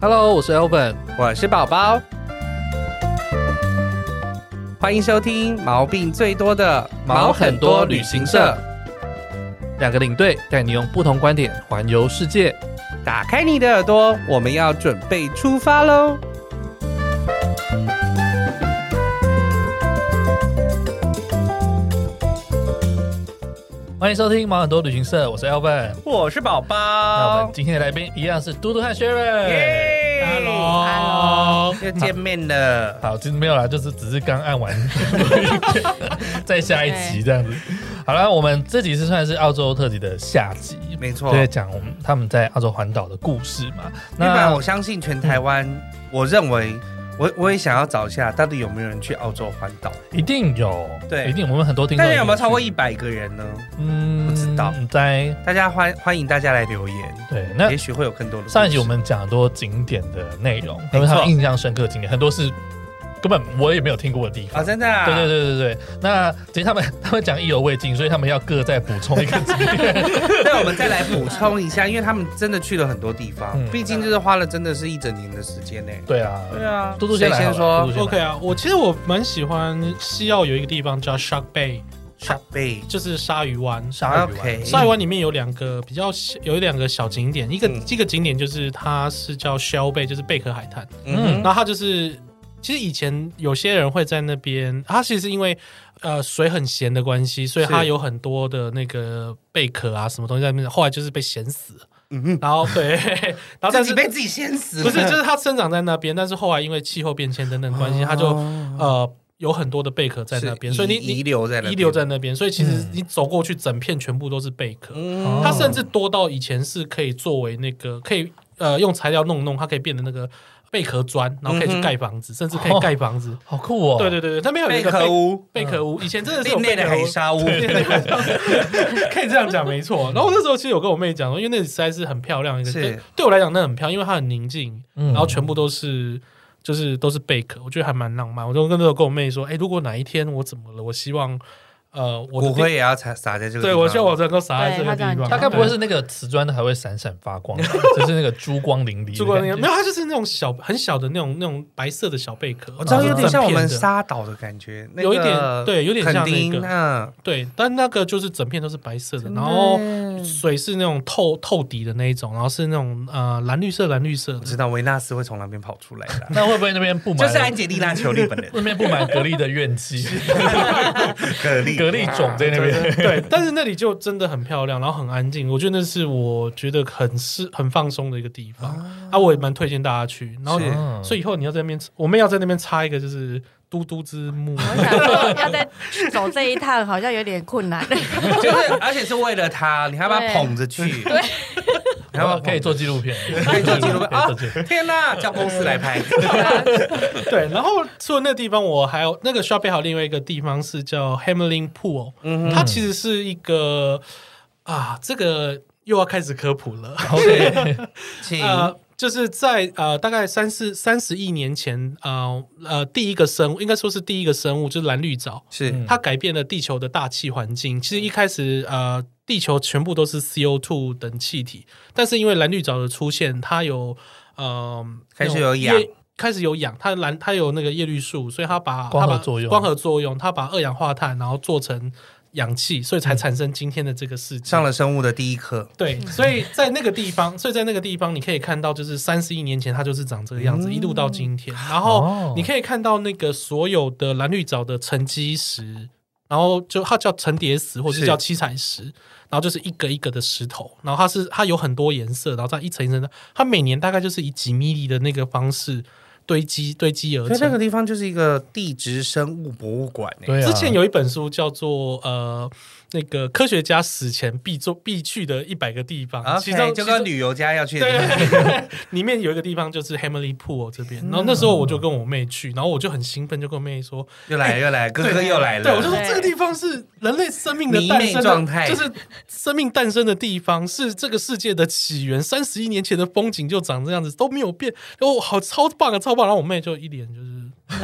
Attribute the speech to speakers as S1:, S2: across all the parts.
S1: Hello，我是 Elvin，
S2: 我是宝宝，欢迎收听毛病最多的
S1: 两个领队带你用不同观点环游世界。
S2: 打开你的耳朵，我们要准备出发喽！
S1: 欢迎收听毛很多旅行社，我是 Elvin。
S2: 我是宝
S1: 那我
S2: 宝
S1: 们，今天的来宾一样是嘟嘟和 Sharon。
S2: 耶
S1: Hello，
S2: 又见面了。
S1: 好，今天没有啦，就是只是刚 按完，再下一集这样子。好了，我们这集是算是澳洲特辑的下集，
S2: 没错，
S1: 就
S2: 对，
S1: 在讲我们他们在澳洲环岛的故事嘛。
S2: 不然我相信全台湾，
S1: 嗯
S2: 我认为我我也想要找一下，到底有没有人去澳洲环岛？
S1: 一定有，
S2: 对
S1: 一定我们很多听众
S2: 大家有没有超过
S1: 去
S2: 一百个人呢？
S1: 嗯，
S2: 不知道
S1: 在
S2: 大家欢欢迎大家来留言，
S1: 对那
S2: 也许会有更多的故事。
S1: 上一集我们讲很多景点的内容，
S2: 没错
S1: 因为他们印象深刻的景点很多是根本我也没有听过的地
S2: 啊，
S1: 方。
S2: 真的、啊，
S1: 对对对对对，那其实他们他们讲意犹未尽，所以他们要各再补充一个景点。
S2: 那我们再来补充一下，因为他们真的去了很多地方
S1: 嗯，
S2: 毕竟就是花了真的是一整年的时间呢。
S1: 对啊，
S2: 对啊，
S1: 嘟嘟
S2: 谁
S1: 先来好
S2: 先
S1: 了
S2: 说
S1: 嘟嘟先来
S3: OK 啊，我其实我蛮喜欢西澳有一个地方叫 Shark Bay，
S2: 沙贝
S3: 就是鲨鱼湾。
S1: 鲨鱼
S2: OK
S1: 湾，
S3: 鲨鱼湾里面有两个比较小有两个小景点，一个、
S2: 嗯
S3: 一个景点就是它是叫 Shell Bay，就是贝壳海滩。
S1: 嗯
S2: 嗯
S3: 然后它就是其实以前有些人会在那边，它其实是因为呃水很咸的关系，所以
S2: 是
S3: 它有很多的那个贝壳啊什么东西在那边，后来就是被咸死了。
S2: 嗯哼，
S3: 然后对，
S2: 自
S3: 然后但
S2: 己
S3: 是
S2: 被自己先死了，
S3: 不是就是它生长在那边，但是后来因为气候变迁等等关系，它就呃有很多的贝壳在那边，
S2: 是
S3: 所以你
S2: 遗遗
S3: 你
S2: 留在那边
S3: 遗留在那边，所以其实
S1: 嗯
S3: 你走过去，整片全部都是贝壳。
S2: 嗯
S3: 它甚至多到以前是可以作为那个可以呃用材料弄弄，它可以变成那个贝壳砖，然后可以
S2: 嗯
S3: 去盖房子，甚至可以盖房子。
S1: 好酷哦！
S3: 对对对对，那边有
S2: 贝
S3: 一个
S2: 壳屋，
S3: 贝壳屋，以前真的是有
S2: 另类
S3: 贝
S2: 的
S3: 壳
S2: 海
S3: 屋。
S2: 沙屋，
S3: 可以这样讲，没错。然后我那时候其实有跟我妹讲，因为那里实在是很漂亮一个，
S2: 是
S3: 对对我来讲那很漂亮，因为它很宁静，
S1: 嗯
S3: 然后全部都是就是都是贝壳，我觉得还蛮浪漫。我就跟那时候跟我妹说，哎，如果哪一天我怎么了，我希望呃我的
S2: 骨
S3: 地
S2: 灰也要撒撒在这个地方。
S3: 对我希望我能够撒在
S4: 对
S3: 这
S4: 她
S3: 个
S4: 这样
S3: 地方。
S4: 讲
S1: 它该不会
S3: 对
S1: 是那个瓷砖还会闪闪发光吧，就是那个珠光粼粼的感觉，，
S3: 住过那个没有，它就是那种小很小的那种那种白色的小贝壳，
S2: 我知道有点像我们
S3: 整片的
S2: 沙岛的感觉，那个
S3: 有一点对有点像那个
S2: 垦丁嗯，
S3: 对，但那个就是整片都是白色的，然后
S2: 嗯
S3: 水是那种透透底的那一种，然后是那种呃蓝绿色蓝绿色
S2: 我知
S3: 的。
S2: 道维纳斯会从那边跑出来 的
S1: 那会不会那边布
S2: 就
S1: 满
S2: 是安吉丽娜·裘丽本人，
S1: 那边布满蛤蜊的怨气，
S2: 蛤蜊，
S1: 蛤蜊种在那边。
S3: 对，但是那里就真的很漂亮，然后很安静，我觉得那是我觉得很是很放松的一个地方啊，我也蛮推荐大家去。然后
S2: 是
S1: 嗯
S3: 所以以后你要在那边，我们要在那边插一个就是嘟嘟之墓，
S4: 我想说，要再走这一趟好像有点困难。
S2: 就是，而且是为了他，你还把他
S4: 对
S2: 捧着去，对，你还
S1: 然
S2: 把
S1: 后
S2: 他
S1: 可
S2: 捧着
S1: 以做纪录片，
S2: 可以做纪录片啊
S1: 可以做纪录片！
S2: 天哪，叫公司来拍，
S3: 对，然后除了那个地方，我还有那个 shopping 还有另外一个地方是叫 Hamlin Pool，、
S2: 嗯
S3: 它其实是一个啊，这个又要开始科普了。
S1: OK，
S2: 请
S3: 呃，就是在呃大概三四三十亿年前，呃呃第一个生物应该说是第一个生物就是蓝绿藻，
S2: 是
S1: 嗯
S3: 它改变了地球的大气环境。其实一开始，呃，地球全部都是 CO2 等气体，但是因为蓝绿藻的出现，它有，呃，
S2: 开始
S3: 那种
S2: 有氧
S3: 叶，开始有氧，它蓝它有那个叶绿素，所以它把
S1: 光合
S3: 它把
S1: 作用
S3: 光合作用，它把二氧化碳然后做成氧气，所以才产生今天的这个世界。
S2: 上了生物的第一课，
S3: 对，
S1: 嗯
S3: 所以在那个地方，所以在那个地方，你可以看到，就是三十亿年前它就是长这个样子，
S1: 嗯
S3: 一路到今天。然
S1: 哦
S3: 后你可以看到那个所有的蓝绿藻的沉积石，然后就它叫层叠石，或者
S2: 是
S3: 是叫七彩石，然后就是一个一个的石头，然后它是它有很多颜色，然后它一层一层的，它每年大概就是以几米里的那个方式堆积堆积而
S2: 所以那
S3: 成
S2: 个。地方就是一个地质生物博物馆欸
S1: 对啊，
S3: 之前有一本书叫做呃。那个科学家死前必做必去的一百个地方
S2: 啊，
S3: 其
S2: 其
S3: 中
S2: 中就
S3: 其中
S2: 跟旅游家要去的地方，
S3: 对，里面有一个地方就是 Hamley Pool 这
S2: 嗯
S3: 边，然后那时候我就跟我妹去，然后我就很兴奋，就跟我妹说，
S2: 又来了又来了，哥哥又来了，
S3: 对我就说
S4: 对
S3: 这个地方是人类生命的诞
S2: 迷
S3: 生
S2: 妹
S3: 的
S2: 状态
S3: 就是生命诞生的地方，是这个世界的起源，三十一年前的风景就长这样子，都没有变，哦，好超棒啊，超宝，然后我妹就一脸就是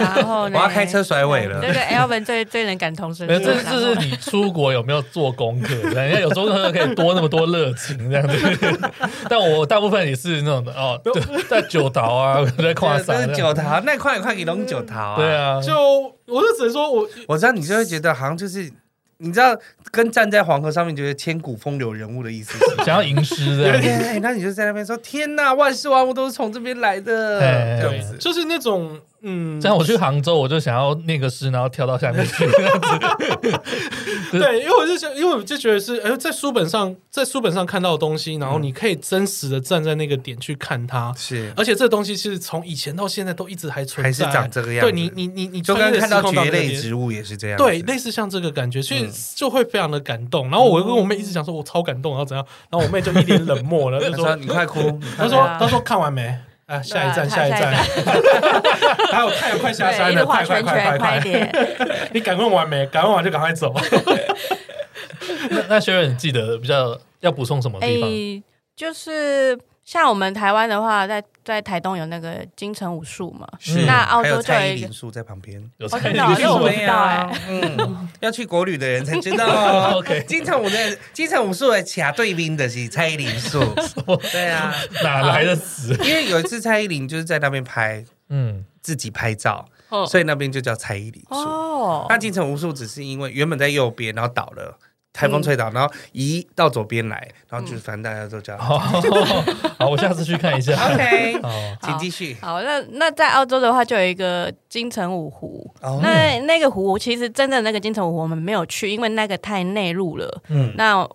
S4: 然后
S2: 我
S4: 呢？
S2: 要开车甩尾了
S4: 这。个 Elvin 最最能感同身
S1: 没有，
S4: 受。
S1: 这这是你出国有没有做功课？ 人家有做功课可以多那么多热情这样子， 但我大部分也是那种的哦，对，在九桃啊，在跨
S2: 这
S1: 山
S2: 是
S1: 这
S2: 九
S1: 样，
S2: 桃，那快快给龙九桃啊！
S1: 对，啊，。
S3: 就我就只能说我
S2: 我知道你就会觉得好像就是，你知道跟站在黄河上面觉得千古风流人物的意思是
S1: 想要吟诗这
S2: 对
S1: 样
S2: 对
S1: 子，
S2: 对，哎那你就在那边说：“天哪，万事万物都是从这边来的。”
S1: 哎
S2: 这
S3: 对
S2: 样子，
S3: 就是那种嗯，
S1: 像我去杭州，我就想要念个诗，然后跳到下面去，
S3: 对，因为我就想，因为我就觉得是，哎、在书本上，在书本上看到的东西，
S2: 嗯
S3: 然后你可以真实的站在那个点去看它，
S2: 是
S3: 而且这东西其实从以前到现在都一直还存在，
S2: 还是长这个样子
S3: 对你，你你你
S2: 就
S3: 穿
S2: 跟
S3: 越
S2: 看
S3: 时
S2: 到
S3: 空
S2: 蕨
S3: 这个
S2: 类
S3: 点
S2: 植物也是这样子。
S3: 对，类似像这个感觉，所以就会非常的感动。然后我跟我妹一直讲说，我超感动，然后怎样？然后我妹就一脸冷 漠了，就
S2: 他
S3: 说
S2: 说：“你快哭！”你快
S3: 她
S2: 哭
S3: 说：“
S4: 啊
S3: 她说看完没？啊，下一站，
S4: 对啊
S3: 下一站，还有太阳快下
S4: 对，
S3: 山
S4: 一直
S3: 了，
S4: 画
S3: 快
S4: 圈
S3: 快快
S4: 圈，
S3: 快
S4: 快一
S3: 快！
S4: 点。
S3: 你赶快完没？赶快完就赶快 走。
S1: 那那学员你记得比较要补充什么地方？
S4: 哎，就是像我们台湾的话，在在台东有那个京城武术嘛，
S2: 是
S4: 那澳
S2: 还
S4: 洲
S2: 有
S4: 就有
S2: 蔡
S4: 一个
S2: 依林树在旁边。
S1: 有
S4: 哦
S1: 参
S4: 真的哦
S1: 与
S4: 这我不知道哎
S2: 对啊嗯， 要去国旅的人才知道哦。
S1: OK
S2: 金城武的金城武术的卡对面的是蔡依林树。对啊，
S1: 哪来的词？
S2: 因为有一次蔡依林就是在那边拍
S1: 嗯，
S2: 自己拍照，
S4: 哦
S2: 所以那边就叫蔡依林树。
S4: 哦
S2: 那金城武术只是因为原本在右边，然后倒了。台风吹倒，然后移到左边来，然后
S4: 嗯
S2: 就是反正大家都叫。
S4: 哦
S1: 好，好，我下次去看 一下。
S2: OK，
S1: 哦，
S2: 请继续。
S4: 好，那那在澳洲的话，就有一个金城武湖。
S2: 哦
S4: 那那个湖其实真正那个金城武湖我们没有去，因为那个太内陆了。
S2: 嗯
S4: 嗯，那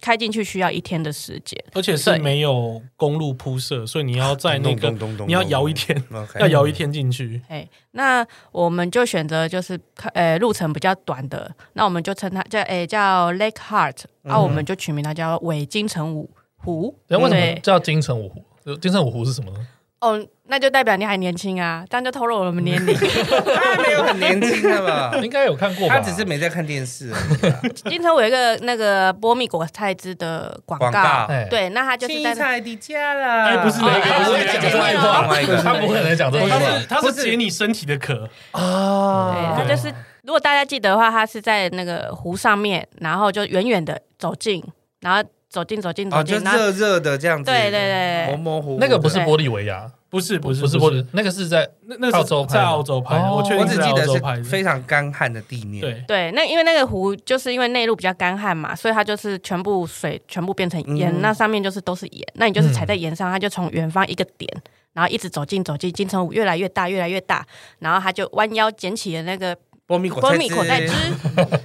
S4: 开进去需要一天的时间。
S3: 而且是
S4: 对
S3: 没有公路铺设，所以你要在那个
S2: 咚咚咚咚
S3: 你要摇一天，
S2: ，OK，
S3: 要摇一天进去。
S4: 哎，那我们就选择就是开呃路程比较短的，那我们就称它叫哎叫 Lake Heart，然
S2: 嗯
S4: 后我们就取名它叫伪金城武湖。
S1: 那为什么
S4: 对？
S1: 叫金城武湖？呃金城武湖是什么呢？
S4: 哦，那就代表你还年轻啊，这样就透露了我们年 龄。
S2: 他啊没有很年轻的吧？
S1: 应该有看过吧？
S2: 他只是没在看电视而已啊。
S4: 金城武有一个那个波蜜果菜汁的广告，
S2: 广告
S1: 哎，
S4: 对，那它就是
S2: 青
S4: 在那哦
S2: 菜的家啦，
S3: 哎不是那个
S1: 他不会讲这外话
S2: 另外一个，
S1: 他不可能讲这
S4: 对
S1: 种
S3: 它
S1: 话。
S3: 是它
S2: 不
S3: 是
S2: 是
S3: 解你身体的渴，
S4: 对，
S2: 啊
S4: 它就是如果大家记得的话，它是在那个湖上面，然后就远远的走近，然后走近走近走
S2: 哦，就
S4: 近，然后
S2: 热热的这样子，
S4: 对对对
S2: 模
S4: 对
S2: 模糊糊的
S1: 那个不是玻利维亚，
S3: 不是不是
S1: 不是玻利，那个是在
S3: 那那是
S1: 澳洲拍的
S3: 在澳洲拍的，
S1: 哦
S3: 我确
S2: 我
S3: 定
S2: 只
S3: 是在
S2: 记
S3: 澳
S2: 得
S3: 洲拍
S2: 是
S3: 的。
S2: 非常干旱的地面，，
S3: 对，
S4: 对，那因为那个湖就是因为内陆比较干旱嘛，所以它就是全部水全部变成盐，
S2: 嗯
S4: 那上面就是都是盐，那你就是踩在盐上，它就从远方一个点，然后一直走近走近，金城武越来越大越来越大，然后它就弯腰捡起了那个
S2: 波米
S4: 波蜜口袋汁，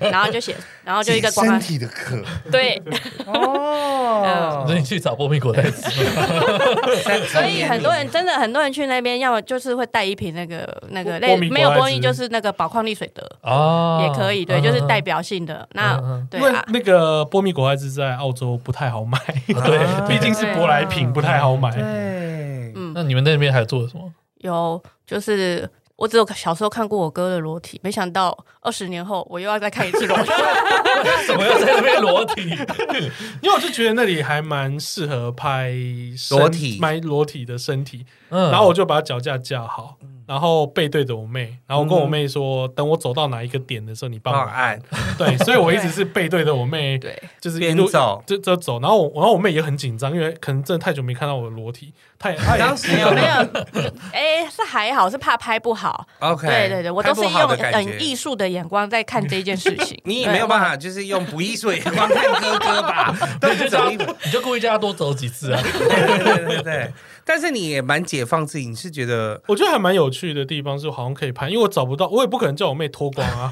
S4: 然后就写，然后就一个 广
S2: 身
S4: 告，
S2: 体的渴
S4: 对，
S2: 哦
S1: 所以，你去找波米果在吃。
S2: 所
S4: 嗯所以很多人真的很多人去那边，要么就是会带一瓶那个那个
S3: 波
S4: 类
S3: 波米果
S4: 没有
S3: 爱
S4: 波音，
S3: 汁
S4: 就是那个宝矿力水的
S1: 哦，
S4: 也可以，对，
S1: 嗯
S4: 就是代。表性的。那
S1: 嗯嗯
S3: 因
S4: 对
S3: 为
S4: 啊，
S3: 那个波蜜果爱汁在澳洲不太好买， 啊
S2: 对
S3: 毕竟是舶来品，不太好买。
S2: 对，
S1: 那你们那边还做了什么？
S4: 有就是我只有小时候看过我哥的裸体，没想到二十年后我又要再看一 次裸体。
S1: 怎么要在那边裸体？
S3: 因为我就觉得那里还蛮适合拍身
S2: 裸体
S3: 拍裸体的身体，
S1: 嗯
S3: 然后我就把脚架架好，然后背对着我妹，然后我跟我妹说，等我走到哪一个点的时候，你帮我
S2: 帮我
S3: 按。
S2: 按，
S3: 对，所以我一直是背对着我妹，
S4: 对，
S3: 就是一
S2: 边
S3: 路
S2: 走。
S3: 就就走。然后我，然后我妹也很紧张，因为可能真的太久没看到我的裸体，她也她也
S2: 当时
S4: 没有没有，哎、是还好，是怕拍不好。
S2: OK，
S4: 对对对，我都是
S2: 拍不好
S4: 用
S2: 的感觉。
S4: 很艺术的眼光在看这件事情
S2: 你也没有办
S4: 对。
S2: 法，就是用不艺术的眼光看哥哥吧，都
S1: 你
S2: 是
S1: 就
S2: 走
S1: 叫
S2: 一
S1: 他你就故意叫他多走几次啊？
S2: 对对对对，但是你也蛮解放自己，你是觉得
S3: 我觉得还蛮有趣的地方是，好像可以拍，因为我找不到，我也不可能叫我妹脱光 啊。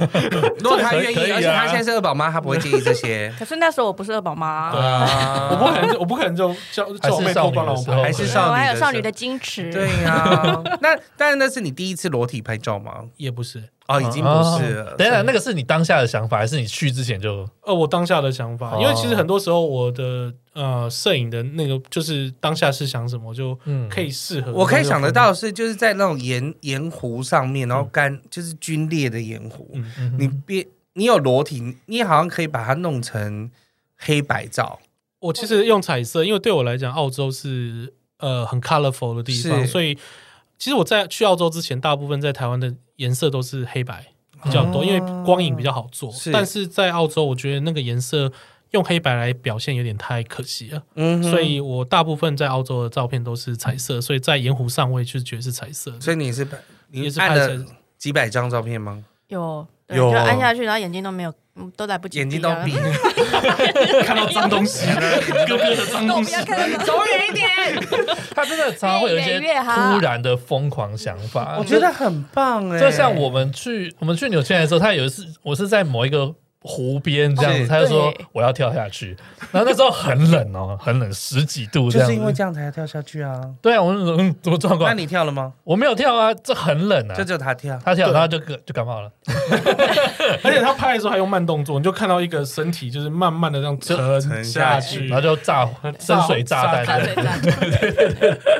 S2: 如果他愿
S1: 可以
S2: 意，
S1: 啊
S2: 而且他现在是二宝妈，他不会介意这些
S4: 。可是那时候我不是二宝妈，
S2: 啊
S3: 我不可能就，我不可能就叫
S1: 还
S3: 叫我
S1: 是
S3: 妹
S1: 少
S3: 脱
S1: 女
S3: 光了，
S1: 的
S3: 我
S1: 时
S3: 不
S1: 候，
S2: 还是少
S4: 我
S2: 女
S4: 还有
S2: 的
S4: 少
S2: 时
S4: 女
S2: 候
S4: 的矜持。
S2: 对呀，那但是那是你第一次裸体拍照吗？
S3: 也不是。
S2: 哦，已经不是了
S1: 哦。等一下，那个是你当下的想法，还是你去之前就
S3: 呃，我当下的想法，
S1: 哦
S3: 因为其实很多时候我的呃摄影的那个就是当下是想什么，我就
S1: 嗯
S3: 可以适合。
S2: 我可以想得，到是就是在那种盐盐湖上面，然后干就是皲裂的盐湖，
S3: 嗯，
S1: 嗯嗯哼
S2: 你别你有裸体，你好像可以把它弄成黑白照。
S3: 我其实用彩色，因为对我来讲，澳洲是呃很 colorful 的地方，
S2: 是
S3: 所以其实我在去澳洲之前，大部分在台湾的颜色都是黑白比较多，因为光影比较好做。
S2: 是
S3: 但是在澳洲，我觉得那个颜色用黑白来表现有点太可惜了，
S2: 嗯哼
S3: 所以我大部分在澳洲的照片都是彩色，所以在盐湖上我也是觉得是彩色的。
S2: 所以你是你
S3: 也是
S2: 按
S3: 拍
S2: 了
S3: 成
S2: 几百张照片吗？
S4: 有对
S2: 有
S4: 就按下去，然后眼睛都没有，嗯都来不及，
S2: 眼睛都闭，
S4: 闭了，
S3: 看到脏东西，哥哥的脏
S4: 那我
S3: 东
S4: 不
S3: 西
S4: 要。看 到
S2: 走远一点，
S1: 他真的常常会有一些
S4: 越远越好
S1: 突然的疯狂想法。
S2: 我觉得很棒哎。
S1: 就像我们去我们去纽西兰的时候，他有一次我是在某一个湖边这样
S2: 是
S1: 子，他就说
S4: 对
S1: 我要跳下去，然后那时候很冷哦，很冷，十几度
S2: 就
S1: 这样
S2: 是因为
S1: 子。
S2: 这样才要跳下去啊。
S1: 对啊，我就说嗯，怎么状
S2: 那
S1: 况？
S2: 你跳了吗？
S1: 我没有跳啊，这很冷啊
S2: 就。只有他跳，
S1: 他跳，然后就就感冒了，
S3: 而且他拍的时候还用慢动作，你就看到一个身体就是慢慢的这样
S2: 沉
S3: 沉
S2: 下
S3: 下
S2: 去
S3: 去，
S1: 然后就 炸深水炸弹
S4: 大
S1: 这
S4: 嘴
S1: 样。
S4: 巴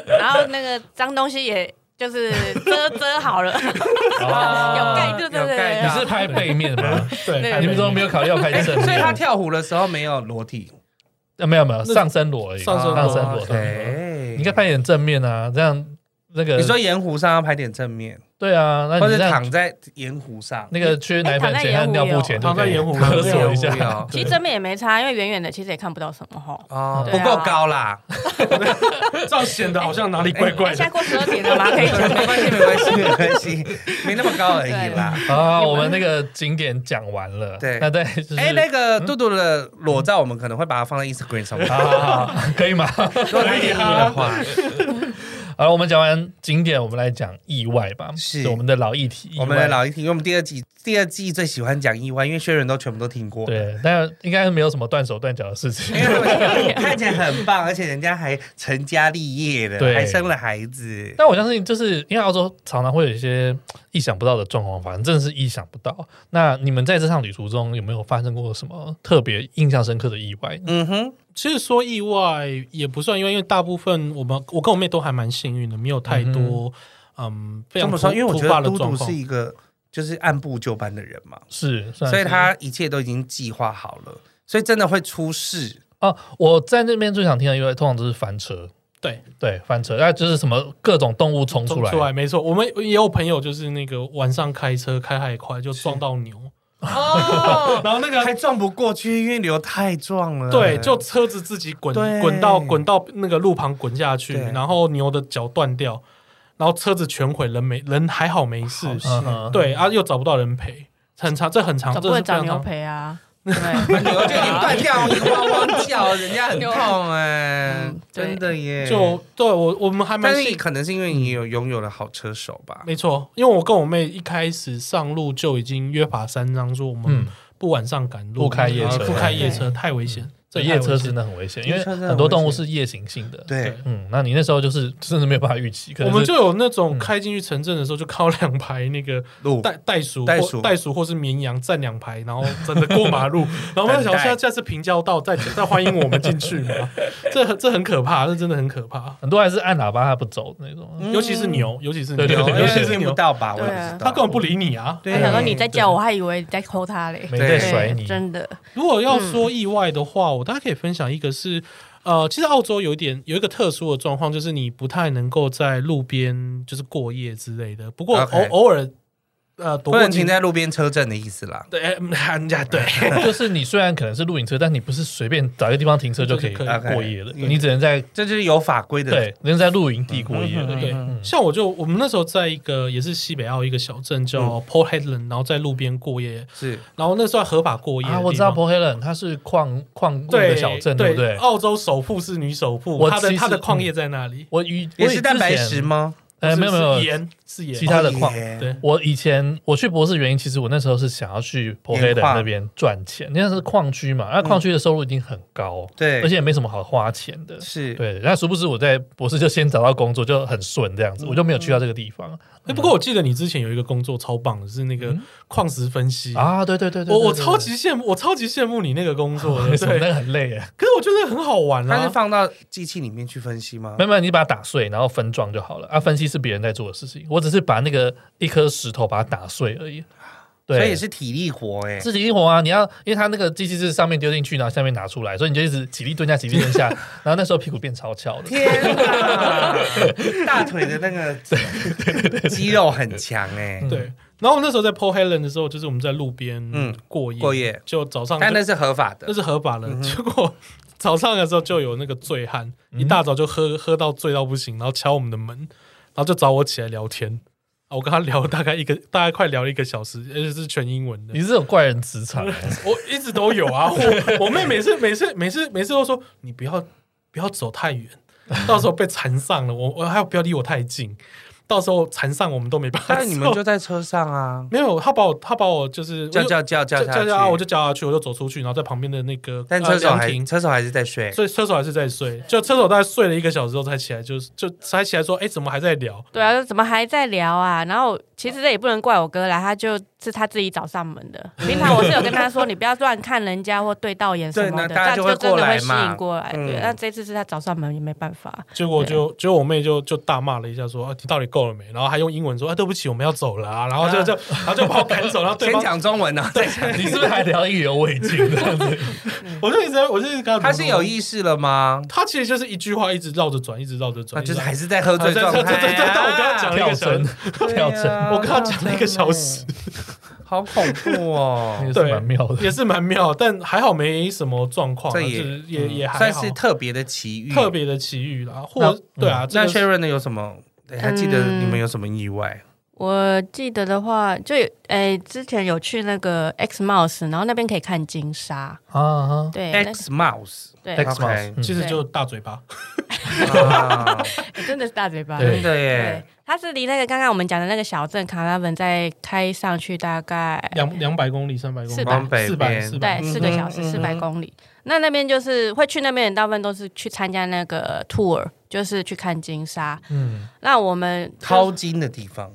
S4: 然后那个脏东西也就是遮遮好了，
S1: 哦
S4: 啊有盖住，对
S2: 有
S4: 对
S2: 盖
S4: 对
S2: 住
S1: 你
S4: 对，
S1: 是拍背面的吗？
S3: 对，
S4: 拍
S1: 你们
S4: 背
S1: 怎么没有考虑要拍
S2: 哎
S1: 正
S2: 所以他
S1: 面？
S2: 跳舞的时候没有裸体，
S1: 啊，没有没有，
S3: 那
S1: 上身裸而已，
S3: 上身裸
S1: 上身
S3: 哦
S1: 裸。上身裸
S2: 对，
S1: 你应该拍点正面啊，这样那个
S2: 你说盐湖上要拍点正面，
S1: 对啊，那
S2: 或
S1: 你
S2: 者
S1: 这样
S2: 躺在盐湖上，
S1: 那个缺奶粉钱和尿布钱就
S3: 躺
S1: 可
S3: 在
S1: 以
S3: 盐湖
S1: 勒索
S2: 躺
S1: 一
S2: 在盐
S1: 下
S2: 湖，
S4: 其实正面也没差，因为远远的其实也看不到什么哈。
S2: 哦，不
S4: 对啊
S2: 够高啦，
S3: 这样显得好像哪里怪
S4: 哎
S3: 怪
S4: 现在
S3: 的。
S4: 过十二点了吗？可以讲。
S2: 没关系，没关系，没关系，没那么高而已啦。
S1: 啊，我们那个景点讲完了，
S2: 对
S1: 那再就是，
S2: 哎， 那个杜杜的裸照，我们可能会把它放在 Instagram 上面。
S1: 啊，可以吗？
S2: 如果他愿意的话，
S1: 好，我们讲完景点，我们来讲意外吧，
S2: 是
S1: 我们的老议题，
S2: 我们的
S1: 意外
S2: 老一听，因为我们第二季第二季最喜欢讲意外，因为薛仁都全部都听过。
S1: 对，但应该没有什么断手断脚的事情
S2: 因。为他们看起来很棒，而且人家还成家立业了，
S1: 对
S2: 还生了孩子。
S1: 但我相信，就是因为澳洲常常会有一些意想不到的状况发生，真的是意想不到。那你们在这趟旅途中有没有发生过什么特别印象深刻的意外？
S2: 嗯哼，
S3: 其实说意外也不算意外，因为大部分我们我跟我妹都还蛮幸运的，没有太多嗯非
S2: 这
S3: 常
S2: 么
S3: 突
S2: 说，因为我觉
S3: 突发
S2: 得
S3: 的
S2: 嘟
S3: 状
S2: 嘟
S3: 况
S2: 是。一个就是按部就班的人嘛，
S1: 是，算
S2: 所以
S1: 是
S2: 他一切都已经计划好了，所以真的会出事。
S1: 哦，我在那边最想听的意外，通常都是翻车，
S3: 对，
S1: 对，翻车，那就是什么各种动物冲
S3: 冲
S1: 出来，
S3: 出来没错。我们也有朋友就是那个晚上开车开太快就撞到牛，
S2: 哦，
S3: 然后那
S2: 还
S3: 个
S2: 撞不过去，因为牛太壮了。
S3: 对，就车子自己滚
S2: 对
S3: 滚到滚到那个路旁滚下去，
S2: 对
S3: 然后牛的脚断掉，然后车子全毁，人没人还好没事，
S1: 嗯哼，
S3: 对啊，又找不到人赔，很长，这很长，
S4: 总
S3: 这
S4: 不会
S3: 是非
S4: 长
S3: 常
S4: 牛
S3: 长。
S4: 培啊？对，
S2: 牛就已经断掉，一个汪汪叫，人家很痛哎
S4: 嗯，对
S2: 真的耶。
S3: 就对我我们还蛮
S2: 但是
S3: 幸，
S2: 可能是因为你有拥有了好车手吧。
S3: 没错，因为我跟我妹一开始上路就已经约法三章，说我们
S1: 嗯，
S3: 不晚上赶路，
S1: 不
S3: 呃
S1: 开夜车
S3: 不开夜车太危险，这
S1: 这
S3: 太
S1: 夜车
S3: 危
S1: 真
S3: 险。
S1: 的很危险，因
S2: 夜
S1: 为
S2: 车真的
S1: 很多
S2: 很危
S1: 动物
S2: 险
S1: 是夜行性的，
S2: 对，
S1: 嗯，那你那时候就是真的没有办法预期，可
S3: 我
S1: 能
S3: 们
S1: 是
S3: 就有那种
S1: 嗯
S3: 开进去城镇的时候，就靠两排那个
S2: 路
S3: 袋袋鼠、
S2: 袋
S3: 或
S2: 鼠
S3: 袋鼠或是绵羊站两排，然后真的过 马路，然后我们
S2: 等
S3: 想
S2: 待
S3: 下下次平交道再再欢迎我们进去 嘛？这很这很可怕，这真的很可怕，
S1: 很多还是按喇叭它不走的那种，
S3: 尤其是牛，尤其是
S1: 嗯对
S3: 牛，
S1: 对对
S3: 尤
S2: 因
S3: 其
S2: 为
S3: 是
S2: 听不
S3: 牛，
S2: 到吧？我也
S4: 对啊
S2: 不知道，
S3: 他根本不理你啊。
S2: 对
S4: 我想说你在叫我，还以为你在抠他嘞。
S1: 没
S2: 对
S1: 在
S4: 对
S1: 甩你，
S4: 真的，
S3: 如果要
S1: 嗯
S3: 说意外的话，我大家可以分享一个是，呃，其实澳洲有一点有一个特殊的状况，就是你不太能够在路边就是过夜之类的。不过
S2: OK
S3: 偶偶尔，呃，躲
S2: 不
S3: 过
S2: 能
S3: 警
S2: 停在路边车阵的意思啦。
S3: 对，哎嗯人家对，
S1: 就是你虽然可能是露营车，但你不是随便找一个地方停车就可以
S3: 就可
S2: 以
S1: 过夜的，
S2: OK
S1: 你只能在
S2: 这就是有法规的
S1: 对，只能在露营地过夜的，
S3: 对
S1: 对，
S3: 像我就我们那时候在一个也是西北澳一个小镇叫
S2: 嗯
S3: Port Hedland，然后在路边过夜，
S2: 是
S3: 然后那算合法过夜的
S1: 啊，
S3: 地方。
S1: 我知道 p o h e l e n 它是矿矿物
S3: 对
S1: 的小镇，对
S3: 对哦
S1: 不对？
S3: 澳洲首富是女首富，
S1: 我
S3: 她的
S1: 其实
S3: 她的矿
S1: 嗯
S3: 业在那里？
S1: 我以
S2: 也是蛋白石，吗？
S1: 我以之前呃，没有没有
S3: 是，盐是盐
S1: 其。他的矿
S2: 哦耶
S3: 对，
S1: 我以前我去博士原因，其实我那时候是想要去 p o h e
S2: 盐
S1: l e
S2: 矿嗯
S1: n 那边赚钱，那是矿区嘛，那矿区的收入已经很高，
S2: 对
S1: 而且也没什么好花钱的。
S2: 是
S1: 对，那殊不知我在博士就先找到工作，就很顺这样
S2: 嗯
S1: 子，我就没有去到这个地方
S3: 哎，不过我记得你之前有一个工作超棒的，是那个矿石分析。
S1: 嗯
S2: 嗯
S1: 啊。对对对对，
S3: 我我
S1: 对
S3: 超级羡慕，我超级羡慕你那个工作 的，
S1: 为什么
S3: 对。
S1: 那个很累啊？
S3: 可是我觉得很好玩
S2: 它是
S3: 啊。
S2: 放到机器里面去分析吗
S1: 没？有没有，你把它打碎，然后分装就好了。啊，分析是别人在做的事情，我只是把那个一颗石头把它打碎而已。对，
S2: 所以也是体力活哎、
S1: 自己一活啊！你要，因为它那个机器是上面丢进去，然后下面拿出来，所以你就一直起立蹲下，起立蹲下，然后那时候屁股变超翘 的。
S2: 天哪，大腿的那个肌肉很强哎、
S3: 对。
S1: 嗯
S3: 然后我们那时候在 p o Helen 的时候，就是我们在路边
S2: 嗯
S3: 过夜，
S2: 过夜
S3: 就早上
S2: 但
S3: 就
S2: 那是合法
S3: 那
S2: 的，
S3: 是合法
S1: 嗯
S3: 的。结果早上的时候就有那个醉汉，
S1: 嗯
S3: 一大早就喝喝到醉到不行，然后敲我们的门，然后就找我起来聊天。啊我跟他聊了大概一个，大概快聊了一个小时，而且是全英文的
S1: 你。是有怪人磁场欸，
S3: 我一直都有 啊，我我妹每次每次每次每次都说你不要不要走太远，到时候被缠上了，我我还有不要离我太近，到时候缠上我们都没办法走。
S2: 但你们就在车上啊，
S3: 没有他把我他把我就是
S2: 叫叫叫叫
S3: 叫
S2: 下去，
S3: 叫，啊我就叫他去，我就走出去，然后在旁边的那个
S2: 但
S3: 呃
S2: 车手
S3: 凉
S2: 还、
S3: 亭
S2: 车手还是在睡，
S3: 所以车手还是在睡，就车手大概睡了一个小时之后才起来，就是就才起来说，哎、怎么还在聊？
S4: 对啊，怎么还在聊啊？然后其实这也不能怪我哥啦，他就是他自己找上门 的。平常我是有跟他说，你不要乱看人家或对到眼什么
S2: 对那
S4: 的，这
S2: 大家
S4: 样
S2: 就
S4: 就
S2: 会
S4: 真
S2: 过
S4: 的
S2: 来
S4: 会吸
S2: 嘛
S4: 引过来。对
S2: 嗯，
S4: 但这次是他找上门，也没办法。
S3: 结果就结果我妹就就大骂了一下说，啊，你到底够了没？然后还用英文说，啊，对不起，我们要走了、啊，然后就就然后就把我赶走，然后对
S2: 先
S3: 方
S2: 讲中文啊，对，
S1: 你是不是还聊意犹未尽这样子？
S3: 我就一直在我就一直跟他
S2: 他是有
S3: 意，
S2: 意识了吗？
S3: 他其实就是一句话一直绕着转，一直绕着
S2: 那
S3: 转，
S2: 就是
S3: 一直绕
S2: 还是在喝醉状态、哎啊。
S3: 对对对对对我刚刚讲了
S1: 跳针，跳针，
S3: 我跟他讲了一个小时，
S2: 啊好恐怖
S1: 那
S2: 哦！
S1: 个是蛮妙的。
S3: 也是蛮妙，但还好没什么状况啊，
S2: 这
S3: 就
S2: 也嗯
S3: 是也也 还
S2: 算
S3: 好
S2: 是特别的奇遇。
S3: 特别的奇遇啦，
S2: 那
S3: 或对啊，这
S2: 那
S3: 个是
S2: Sharon 呢有什么？哎还记得你们有什么意外？
S4: 我记得的话，就有诶之前有去那个 X Mouse，然后那边可以看金沙。
S1: 啊啊
S4: 对那
S2: X Mouse，
S4: 对，
S1: ，X
S2: OK
S1: Mouse，嗯
S3: 其实就大嘴巴，
S2: 啊
S4: 真的是大嘴巴。
S1: 对
S2: 真的
S4: 对
S2: 耶！，
S4: 它是离那个刚刚我们讲的那个小镇卡拉文再开上去大概
S3: 两两百公里、三百公里，
S4: 四百
S2: 往北
S3: 四百
S2: 边
S3: 四百
S4: 对，四个小
S2: 嗯
S4: 时，
S2: 哼
S4: 四
S2: 嗯
S4: 百
S2: 哼
S4: 公里。那那边就是会去那边，大部分都是去参加那个 tour，就是去看金沙。
S1: 嗯，
S4: 那我们就
S2: 掏金的地方，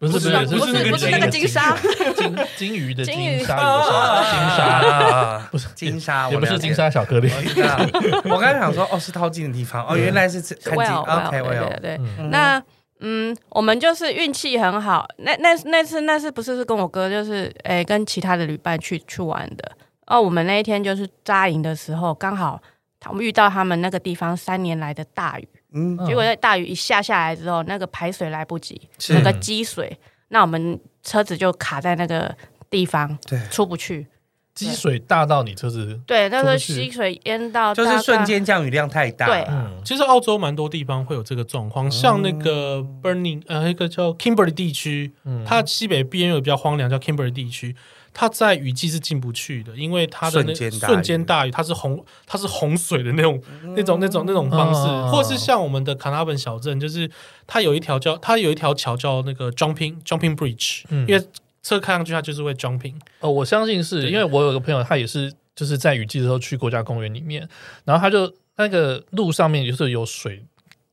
S1: 不是
S3: 不是
S1: 不
S4: 不
S1: 是
S4: 是不是那个金沙，
S1: 金金鱼的
S4: 金
S1: 金
S4: 鱼
S1: 鲨鱼的鲨金鲨，
S2: 沙
S1: 不是
S2: 金沙，
S1: 也
S2: 我
S1: 不是
S2: 了解
S1: 金。沙巧克力。
S2: 我知道，我刚才想说，哦，是掏金的地方，哦，原来是看金。
S4: well
S2: OK，我
S4: well，
S2: 有
S4: 对对。对。
S1: 嗯
S4: 那嗯，我们就是运气很好。那那那次那次不是是跟我哥，就是诶、跟其他的旅伴去去玩的。哦，我们那一天就是扎营的时候，刚好他们遇到他们那个地方三年来的大雨，
S2: 嗯，
S4: 结果在大雨一下下来之后，那个排水来不及，
S2: 是
S4: 那个
S1: 嗯
S4: 积水，那我们车子就卡在那个地方
S2: 对，
S4: 出不去。
S1: 积水大到你车子，
S4: 对，那时候
S1: 出不去
S4: 溪水淹到
S2: 就
S4: 大
S2: 是
S4: 概
S2: 瞬，间降雨量太大
S4: 对
S2: 了，
S1: 嗯
S3: 其实澳洲蛮多地方会有这个状
S2: 哦
S3: 况，像那个 Burning 呃，一个叫 Kimberley 地区，
S1: 嗯，
S3: 它西北边有比较荒凉，叫 Kimberley 地区，它在雨季是进不去的，因为它的那
S2: 瞬间大雨嗯
S3: 瞬间大雨，它是洪它是洪水的那种那种那种那种方式，
S1: 哦
S3: 或是像我们的卡纳本小镇，就是它有一条叫它有一条桥叫那个 Jumping Jumping Bridge，、
S1: 嗯
S3: 因为车开上去它就是会 jumping，
S1: 哦，我相信是
S3: 对
S1: 因为我有个朋友，他也是就是在雨季的时候去国家公园里面，然后他就那个路上面就是有水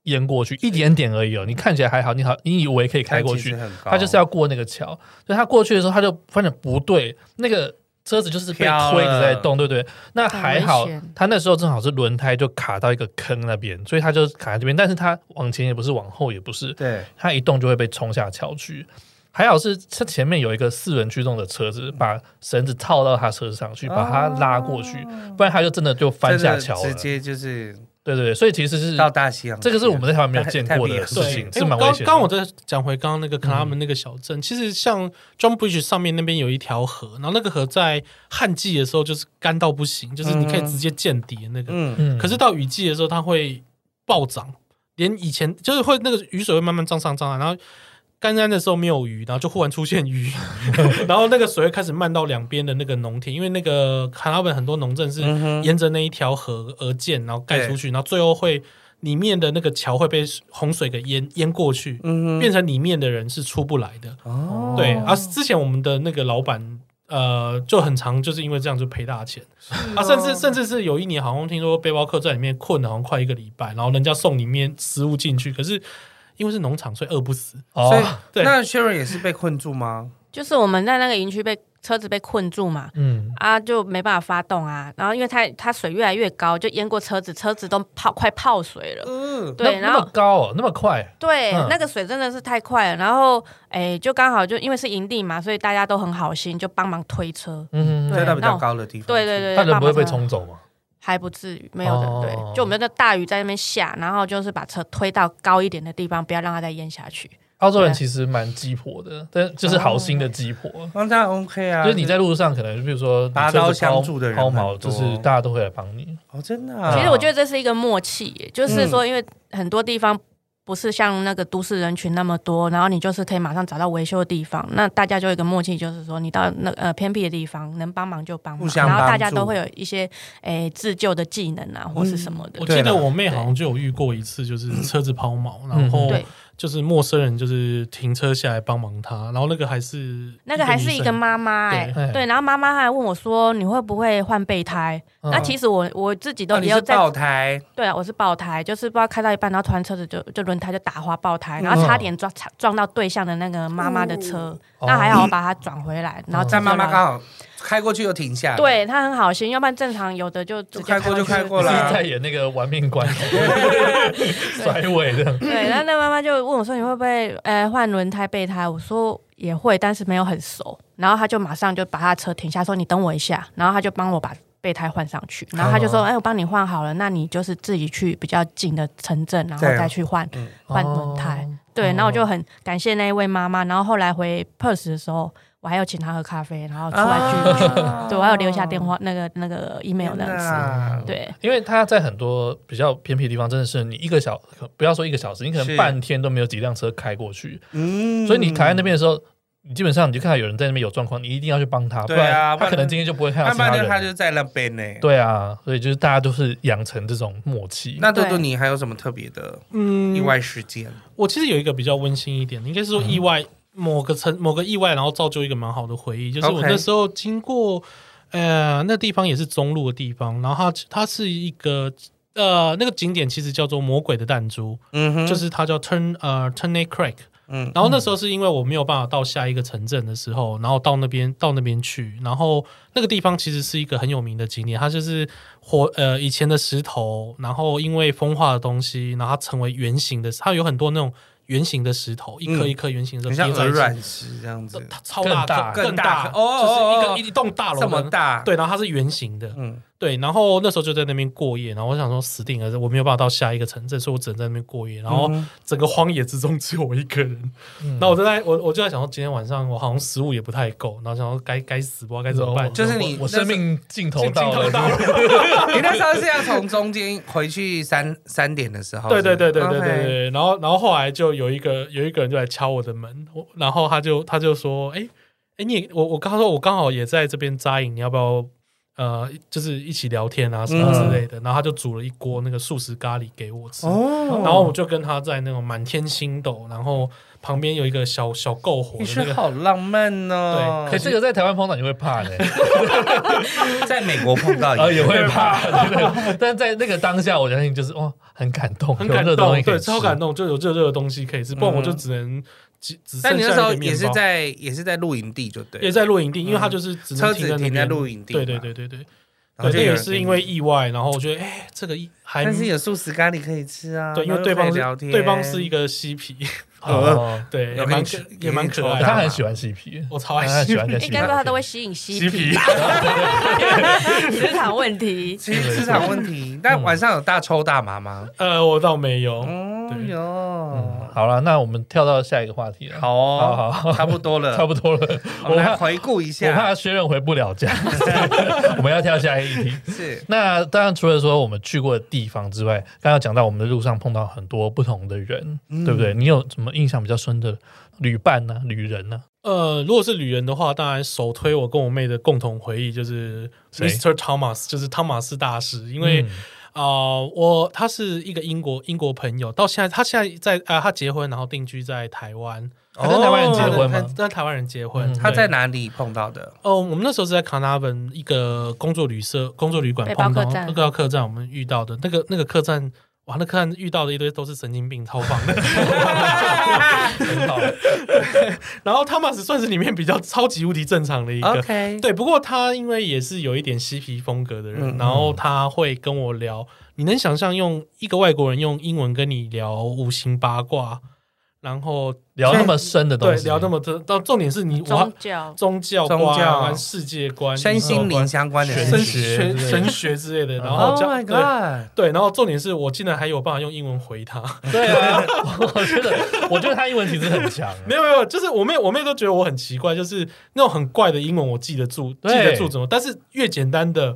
S1: 淹过去，一点点而已哦。你看起来还好，你好，你以为可以开过去，他
S2: 他
S1: 就是要过那个桥，所以他过去的时候他就发现不对，那个车子就是被
S2: 飘
S1: 推着在
S2: 了
S1: 动，对不对？那还
S4: 很
S1: 好
S4: 危险，
S1: 他那时候正好是轮胎就卡到一个坑那边，所以他就卡在这边，但是他往前也不是，往后也不是，
S2: 对，
S1: 他一动就会被冲下桥去。还好是他前面有一个四人驱动的车子，把绳子套到他车上去，把他拉过去，不然他就真的就翻下桥
S2: 真的
S1: 了
S2: 直。接就是
S1: 对对对，所以其实是
S2: 到大西洋。
S1: 这个是我们在台湾没有见过
S2: 太
S1: 的
S2: 太
S1: 事情，是
S3: 对诶
S1: 蛮
S3: 刚
S1: 危险的。嗯
S3: 刚我在讲回刚刚那个克拉门那个小镇，其实像 John Bridge 上面那边有一条河，然后那个河在旱季的时候就是干到不行，就是你可以直接见底的那个。
S2: 嗯，
S1: 嗯
S3: 可是到雨季的时候，它会暴涨，连以前就是会那个雨水会慢慢涨上涨来，然后。干干的时候没有鱼，然后就忽然出现鱼，然后那个水会开始漫到两边的那个农田，因为那个卡拉本很多农镇是沿着那一条河而建，然后盖出去，然后最后会里面的那个桥会被洪水给淹淹过去，变成里面的人是出不来的。
S2: 哦
S3: 对，而、之前我们的那个老板。呃，就很长，就是因为这样就赔大钱、啊，甚
S4: 哦
S3: 至甚至是有一年，好像听说背包客在里面困了，好像快一个礼拜，然后人家送里面食物进去，可是因为是农场，所以饿不死。
S2: 所以
S1: 哦，
S3: 对
S2: 那 Sharon 也是被困住吗？
S4: 就是我们在那个营区被车子被困住嘛，
S1: 嗯，
S4: 啊，就没办法发动啊。然后因为它它水越来越高，就淹过车子，车子都泡快泡水了。
S2: 嗯，
S4: 对，
S1: 那
S4: 然
S1: 那么
S4: 后
S1: 高哦，那么快，
S4: 对、
S1: 嗯
S4: 那个水真的是太快了。然后哎，就刚好就因为是营地嘛，所以大家都很好心，就帮忙推车。
S1: 嗯，
S4: 对
S2: 推到比
S4: 那
S2: 较
S4: 我
S2: 高的地方去。
S4: 对对对，
S1: 他人不会被
S4: 帮忙推
S1: 冲走吗？
S4: 还不至于没有的。
S1: 哦
S4: 对，就我们的大雨在那边下，然后就是把车推到高一点的地方，不要让它再淹下去。
S1: 澳洲人
S4: 对
S1: 其实蛮鸡婆的，但就是好心的鸡婆。
S3: 哦
S2: 那当然 OK 啊，
S1: 就是你在路上可能，比如说
S2: 拔刀相助的人
S1: 抛
S2: 很多
S1: 锚，就是大家都会来帮你。
S2: 哦，真的
S1: 啊
S2: 啊，
S4: 其实我觉得这是一个默契耶，
S2: 嗯
S4: 就是说，因为很多地方不是像那个都市人群那么多，然后你就是可以马上找到维修的地方，那大家就有一个默契，就是说你到那呃偏僻的地方能帮忙就帮
S2: 互
S4: 忙，
S2: 相
S4: 然后大
S2: 帮
S4: 家
S2: 助
S4: 都会有一些诶自救的技能啊或是什么的
S3: 嗯我。
S2: 对
S3: 记得
S2: 啦
S3: 我妹好像就有遇过一次，就是车子抛
S1: 嗯
S3: 锚，然后
S4: 对，
S3: 就是陌生人就是停车下来帮忙她，然后那个还是
S4: 那个还是一个
S3: 女
S4: 妈妈哎
S1: 对，
S4: 对，然后妈妈还问我说你会不会换备胎？那
S1: 嗯
S4: 其实我我自己
S2: 哦
S4: 都
S2: 你
S4: 也有
S2: 是
S4: 在
S2: 爆胎，
S4: 对啊，我是爆胎，就是不知道开到一半，然后突然车子就就轮胎就打滑爆胎，
S1: 嗯
S4: 然后差点撞撞撞到对向的那个妈妈的车，
S1: 哦
S4: 那还好我把它转回来，然
S1: 哦
S4: 后车
S2: 但妈妈
S4: 来
S2: 刚好开过去又停下，，
S4: 对她很好心，要不然正常有的就直
S2: 就
S4: 接
S2: 开过就
S4: 上去
S2: 开过
S1: 是
S2: 啦
S1: 在。演那个玩命关头， 甩 尾的。
S4: 对，然后那妈妈就问我说：“你会不会呃换轮胎备胎？”我说：“也会，但是没有很熟。”然后她就马上就把她车停下，说：“你等我一下。”然后她就帮我把备胎换上去，然后她就
S2: 哦
S4: 说：“哎、我帮你换好了，那你就是自己去比较近的城镇，然后
S2: 对啊
S4: 再去换
S2: 嗯哦
S4: 换轮胎。对，然后我就很感谢那一位妈妈。然后后来回 Perth 的时候，我还有请她喝咖啡，然后出来聚一聚。
S2: 啊
S4: 对，我还有留下电话，那个那个 email 那样子。
S2: 啊，
S4: 对
S1: 因为它在很多比较偏僻的地方，真的是你一个小，不要说一个小时，你可能
S2: 是
S1: 半天都没有几辆车开过去，
S2: 嗯
S1: 所以你卡在那，边的时候，你基本上你就看到有人在那边有状况，你一定要去帮他，不
S2: 对啊
S1: 然他可
S2: 不
S1: 能
S2: 然
S1: 今天就不会看到
S2: 那
S1: 其他
S2: 半天他
S1: 人。
S2: 就在那边呢。
S1: 对啊，所以就是大家都是养成这种默契。
S2: 那多多，
S4: 对
S2: 你还有什么特别的
S3: 嗯
S2: 意外事件？
S3: 我其实有一个比较温馨一点，应该是说意外、某个层某个意外，然后造就一个蛮好的回忆。就是我
S2: OK
S3: 那时候经过呃那地方也是中路的地方，然后它它是一个呃那个景点其实叫做魔鬼的弹珠，
S2: 嗯哼，
S3: 就是它叫 Turn 呃 Turney Creek。
S2: 嗯
S3: 然后那时候是因为我没有办法到下一个城镇的时候，然后到那边到那边去，然后那个地方其实是一个很有名的景点，它就是火呃以前的石头，然后因为风化的东西，然后它成为圆形的，它有很多那种圆形的石头，一颗一颗圆形
S2: 嗯
S3: 的
S2: 很
S3: 石头
S2: 像
S3: 叠在
S2: 鹅
S3: 一起，
S2: 卵石这样子，
S3: 它超
S1: 更
S3: 大
S1: 大
S3: 更
S2: 更大
S3: 大，
S2: 哦哦
S3: 就是
S2: 哦
S3: 一个一栋大楼
S2: 这么
S3: 的
S2: 大，，
S3: 对，然后它是圆形的，
S2: 嗯，
S3: 对，然后那时候就在那边过夜，然后我想说死定了，我没有办法到下一个城镇，所以我只能在那边过夜，然后
S2: 嗯
S3: 整个荒野之中只有我一个人，
S1: 嗯
S3: 然后我就在我我就在想说，今天晚上我好像食物也不太够，然后想说该该死，不知道该怎么办，
S2: 就是你
S1: 我我生命尽头
S3: 镜
S1: 到
S3: 头到
S1: 了，
S3: 了，
S2: 你那时候是要从中间回去三三点的时候，
S3: 对对对对
S2: 是不
S3: 对
S2: 是
S3: 对
S2: OK
S3: 对，然后然后后来就有一个有一个人就来敲我的门，我然后他就他就说，哎哎你也我我刚说我刚好也在这边扎营，你要不要？呃，就是一起聊天啊什么之类的，然后他就煮了一锅那个素食咖喱给我吃，
S2: 哦，
S3: 然后我就跟他在那种满天星斗，然后旁边有一个小小篝火
S2: 你
S3: 的那
S2: 是
S3: 个，
S2: 好浪漫哦，
S1: 可这个在台湾碰到你会怕呢，
S2: 在美国碰 到
S3: 哦
S1: 呃也
S2: 会
S1: 会怕，对但在那个当下，我相信就是哇，很感动，
S3: 很
S1: 有
S3: 感
S1: 这个东
S3: 动，
S1: 西可以
S3: 对，
S1: 吃
S3: 超感动，就有热热的东西可以吃，不然我就只能只只
S2: 但
S3: 剩
S2: 你
S3: 下
S2: 那
S3: 一
S2: 时候
S3: 个
S2: 也
S3: 面
S2: 是
S3: 包。
S2: 在也是在露营地就对了，
S3: 也在露营地，因为他就是只能
S2: 车子
S3: 在那
S2: 停在
S3: 边
S2: 露营地嘛
S3: 对对对对对，
S2: 然后
S3: 对，
S2: 就
S3: 那
S2: 有
S3: 也
S2: 人
S3: 是
S2: 给
S3: 因
S2: 你
S3: 为意外，然后我觉得哎，这个意还
S2: 但是有素食咖喱可以吃啊，
S3: 对，因
S2: 然
S3: 为
S2: 后
S3: 对
S2: 又可以
S3: 方是
S2: 聊天，
S3: 对方是一个嬉皮，
S1: 哦，
S3: 对，也
S2: 有
S3: 蛮
S2: 可以
S3: 可
S2: 吃
S3: 也蛮可爱
S2: 可以抽
S1: 他
S2: 到
S3: 的，
S1: 很喜欢嬉皮，
S3: 我超
S1: 他
S3: 爱
S1: 很
S3: 嬉
S1: 喜
S3: 皮，
S1: 欢跟嬉
S4: 应
S1: 皮
S4: 该说
S1: 聊
S4: 他都
S1: 天
S4: 会吸引嬉
S1: 嬉 皮。
S4: 职场问题。
S2: 其实市场问题。但晚上有大抽大麻吗？
S3: 呃，我倒没有，
S2: 哦
S3: 嗯对
S1: 嗯
S2: 哟，
S1: 好了，那我们跳到下一个话题了。
S2: 好哦，
S1: 好好，
S2: 差不多 了，
S1: 差不多了。
S2: 我们
S1: 我怕
S2: 来回顾一
S1: 我怕
S2: 下，
S1: 薛任回不了 家， 我们要跳下一题。
S2: 是
S1: 那当然，除了说我们去过的地方之外，刚刚讲到我们的路上碰到很多不同的人，
S3: 嗯
S1: 对不对？你有什么印象比较深的旅伴呢、旅人啊呢、
S3: 呃，如果是旅人的话，当然首推我跟我妹的共同回忆就是
S1: 谁
S3: Mr. Thomas，就是汤马斯大师，因为
S1: 嗯
S3: 啊、呃我他是一个英国英国朋友，到现在他现在在啊、他结婚，然后定居在台湾，
S2: 哦
S1: 他跟台湾人结
S3: 他
S1: 婚吗
S3: 他跟台湾人结婚，
S1: 嗯
S2: 他
S3: 对
S2: 在？哪里碰到的？
S3: 哦，我们那时候是在卡纳文一个工作旅社、工作旅馆
S4: 背包
S3: 碰到
S4: 客栈
S3: 那个客栈，我们遇到的那个那个客栈，哇，那客人遇到的一堆都是神经病，超棒的。
S1: 很好，
S3: 然后 Thomas 算是里面比较超级无敌正常的一个。
S2: OK，
S3: 对，不过他因为也是有一点嬉皮风格的人，
S2: 嗯
S3: 然后他会跟我聊，你能想象用一个外国人用英文跟你聊五行八卦，然后
S1: 聊那么深的东
S3: 对
S1: 西，
S3: 聊那么多，到重点是你我
S4: 宗教
S3: 宗教
S2: 宗
S3: 观啊、
S2: 教
S3: 世界观、
S2: 身心灵相关的
S1: 玄
S3: 神
S2: 事情。
S1: 学之类
S3: 学、
S1: 的
S3: 神学之类的，然后
S2: Oh
S3: 教
S2: my
S3: 对
S2: god！
S3: 对，然后重点是我竟然还有办法用英文回他，
S1: 对啊，我觉得我觉得他英文体质很强，啊
S3: 没有没有，就是我妹我妹都觉得我很奇怪，就是那种很怪的英文我记得住，记
S1: 对
S3: 得住怎么？但是越简单的，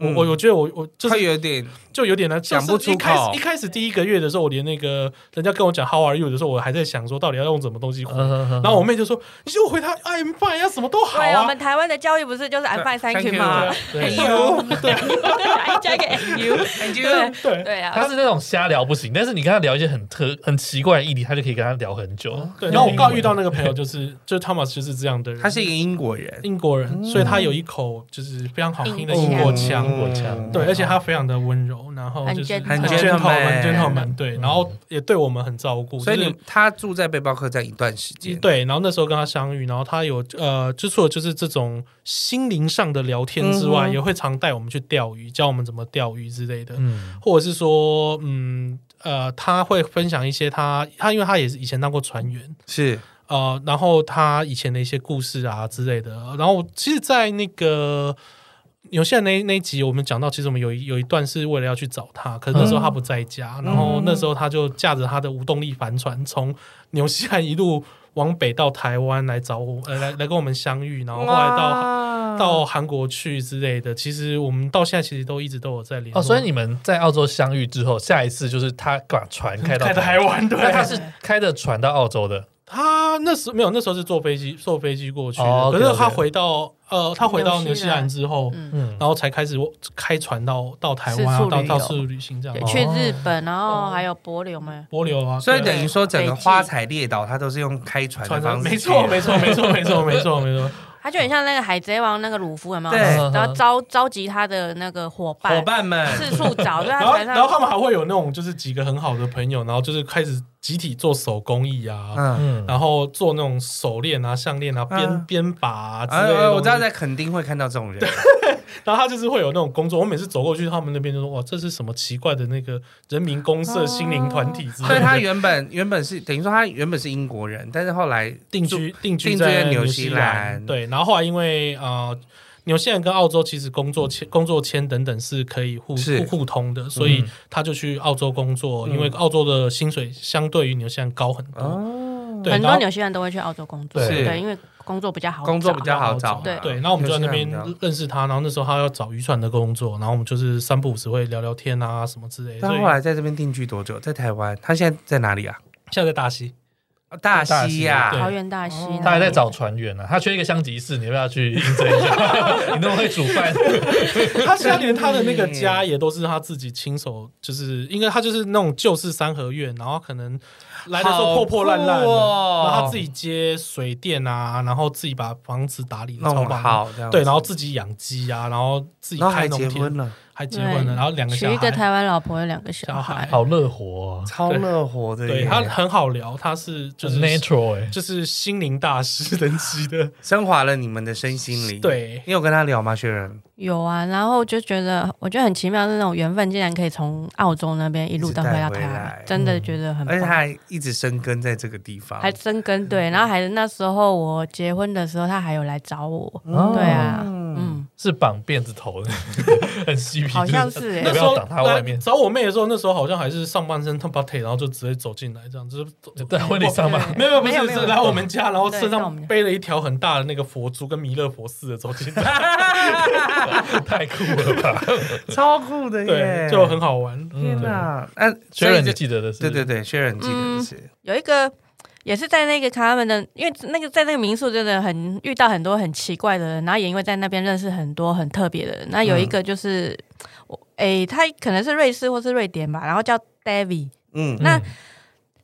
S3: 我
S2: 嗯
S3: 我我觉得我我就
S2: 他
S3: 是
S2: 有点
S3: 就有点难
S2: 讲不
S3: 就是一
S2: 出
S3: 开始
S2: 口
S3: 一开始第一个月的时候，我连那个人家跟我讲 How are you 的时候，我还在想说到底要用什么东西回。
S1: 然
S3: 然后我妹就说：“你就回他 I'm fine 啊，什么都好
S4: 对，我
S3: 啊
S4: 们。台湾的教育不是就是 I'm fine, thank you 吗？
S3: 对
S2: 哎呦
S3: 对
S4: 还加一个 you，
S2: Thank you
S4: 对
S3: 对
S4: 对啊，
S1: 他是那种瞎聊不行，但是你跟他聊一些很特很奇怪的议题，他就可以跟他聊很久。
S3: 哦对。然后我刚好遇到
S1: 那
S3: 那个朋友，就是就是 Thomas 就是这样的人，
S2: 他是一个嗯英国人，
S3: 英国人，所以他有一口就是非常好听的
S4: 英
S3: 英国腔。
S1: 英国腔
S3: 嗯对，而且他非常的温柔，然后就是
S4: 很
S2: 很
S3: gentle，
S2: gentleman
S3: 很 gentleman，对，然后也对我们很照顾，
S2: 所以
S3: 就是
S2: 你他住在背包客栈一段时间，
S3: 对，然后那时候跟他相遇，然后他有呃，就除了就是这种心灵上的聊天之外，
S2: 嗯哼
S3: 也会常带我们去钓鱼，教我们怎么钓鱼之类的，
S1: 嗯，
S3: 或者是说，嗯呃，他会分享一些他他因为他也是以前当过船员，
S2: 是
S3: 呃，然后他以前的一些故事啊之类的。然后我其实，在那个纽西兰那那一集，我们讲到，其实我们有一有一段是为了要去找他，可是那时候他不在家，然后那时候他就驾着他的无动力帆船，从纽西兰一路往北到台湾来找我，呃，来来跟我们相遇，然后后来到。
S2: 到
S3: 到韩国去之类的，其实我们到现在其实都一直都有在联络。
S1: 哦，所以你们在澳洲相遇之后，下一次就是他把船开到
S3: 开的台，湾，对，
S1: 那他是开着船到澳洲的，
S3: 他那时没有，那时候是坐飞机，坐飞机过去的。
S1: 哦
S3: 可是他
S1: OK，OK
S3: 回到呃，他回到纽
S4: 纽
S3: 西
S4: 西兰
S3: 兰之后，
S4: 嗯
S1: 嗯，
S3: 然后才开始开船到到台湾啊，
S4: 四处
S3: 到
S4: 旅
S3: 到
S4: 游
S3: 四处旅行这样
S4: 对
S3: 嘛。
S4: 去
S1: 哦
S4: 日本，然后还有柏流吗？
S3: 波流啊，
S2: 所以
S3: 对
S2: 等于说整个花彩列岛，它都是用开船的
S3: 船
S2: 方
S3: 上
S2: 式去，
S3: 没 错，没错，没错，没错，没错，没错。
S4: 他就很像那个海贼王那个鲁夫，有没有？
S2: 对
S4: 然后召召集他的那个伙伴，
S2: 伙伴们，
S4: 四处找，啊就在
S3: 然
S4: 他
S3: 后，
S4: 船
S3: 然后他
S4: 上。
S3: 们还会有那种就是几个很好的朋友，然后就是开始集体做手工艺啊，
S2: 嗯，
S1: 嗯，
S3: 然后做那种手链啊、项链啊、编
S2: 嗯
S3: 编把啊之类
S2: 啊，
S3: 的。
S2: 我知道。在垦丁会看到这种人，
S3: 然后他就是会有那种工作，我每次走过去他们那边就说：“哇，这是什么奇怪的那个人民公社心灵团体之类 的。”
S2: 所以他原本原本是等于说他原本是英国人，但是后来
S3: 定居定居
S2: 定居在纽
S3: 纽
S2: 西
S3: 西
S2: 兰
S3: 对，然后后来因为呃，纽西兰跟澳洲其实工作签、工作签等等是可以互
S2: 嗯是嗯
S3: 互互通的，所以他就去澳洲工作，因为澳洲的薪水相对于纽西兰高很多。
S2: 哦，
S3: 对，
S4: 很
S3: 然
S4: 多
S3: 后
S4: 纽西兰都会去澳洲工作，
S1: 对
S4: 对，因为工作比较好找，
S2: 工作比较好找嘛，
S4: 对
S3: 对，然后我们就在那边
S2: 纽西兰比较
S3: 认识他，然后那时候他要找渔船的工作，然后我们就是三不五时会聊聊天啊什么之类的。
S2: 但
S3: 所以
S2: 后来在这边定居多久？在台湾，他现在在哪里啊？
S3: 现在在大溪，啊
S2: 哦大
S1: 大
S2: 溪
S1: 溪
S2: 呀、
S3: 对
S4: 桃园大溪。
S1: 他还在找船员呢、啊他缺一个香吉士，你要不要去应征一下？你那么会煮饭，
S3: 他现在连他的那个家也都是他自己亲手，就是因为他就是那种旧式三合院，然后可能来的时
S2: 好
S3: 候破破烂烂的，
S2: 酷哦
S3: 然后他自己接水电啊，然后自己把房子打理的超
S2: 弄
S3: 棒，
S2: 好这样子
S3: 对，然后自己养鸡啊，然后自己
S2: 然后
S3: 开
S2: 还
S3: 农
S2: 结
S3: 田
S2: 婚，了，
S3: 还结婚了，
S4: 对
S3: 然后两个
S4: 娶
S3: 小
S4: 一个
S3: 孩。
S4: 台湾老婆，有两个小
S3: 小孩
S4: 孩。
S1: 好乐活、哦，
S2: 超乐活的
S3: 对
S2: 耶，
S3: 他很好聊，他是就
S1: 就是 natural 哎、
S3: 就是心灵大师等 级的，
S2: 升华了你们的身心灵。，
S3: 对，
S2: 你有跟他聊吗，薛仁？
S4: 有啊，然后就觉得，我觉得很奇妙，是那种缘分竟然可以从澳洲那边一路到回
S2: 一
S4: 到台
S2: 直带回来嗯
S4: 湾，真的觉得很
S2: 而且他
S4: 棒。
S2: 还嗯一直生根在这个地方，
S4: 还生根对，然后还那时候我结婚的时候，他还有来找我，
S1: 哦
S4: 对啊，嗯，
S1: 是绑辫子头的，很嬉皮，
S4: 好像是欸
S1: 要
S3: 那
S1: 不
S3: 时
S1: 要
S3: 候
S1: 挡他外
S3: 来
S1: 面？
S3: 找我妹的时候，那时候好像还是上半身 t o 腿，然后就直接走进来，这样就是
S1: 在婚礼上吗？
S4: 对
S3: 没有没有，不
S4: 没
S3: 是
S4: 有
S3: 是
S4: 没有
S3: 来我们家，然后
S4: 对
S3: 身
S4: 到我们
S3: 上
S4: 家
S3: 背了一条很大的那个佛珠，跟弥勒佛似的走进来，
S1: 太酷了吧！
S2: 超酷的耶，
S3: 对，就很嗯好玩。
S2: 天哪！啊那
S1: 确嗯认你
S2: 记
S1: 记得的是，
S2: 对对对，薛仁记得
S4: 嗯
S2: 是
S4: 有一个也是在那个他们的，因为那个在那个民宿真的很遇到很多很奇怪的人，然后也因为在那边认识很多很特别的人。那有一个就是我诶、他可能是瑞士或是瑞典吧，然后叫 David。
S2: 嗯
S1: 嗯，
S4: 那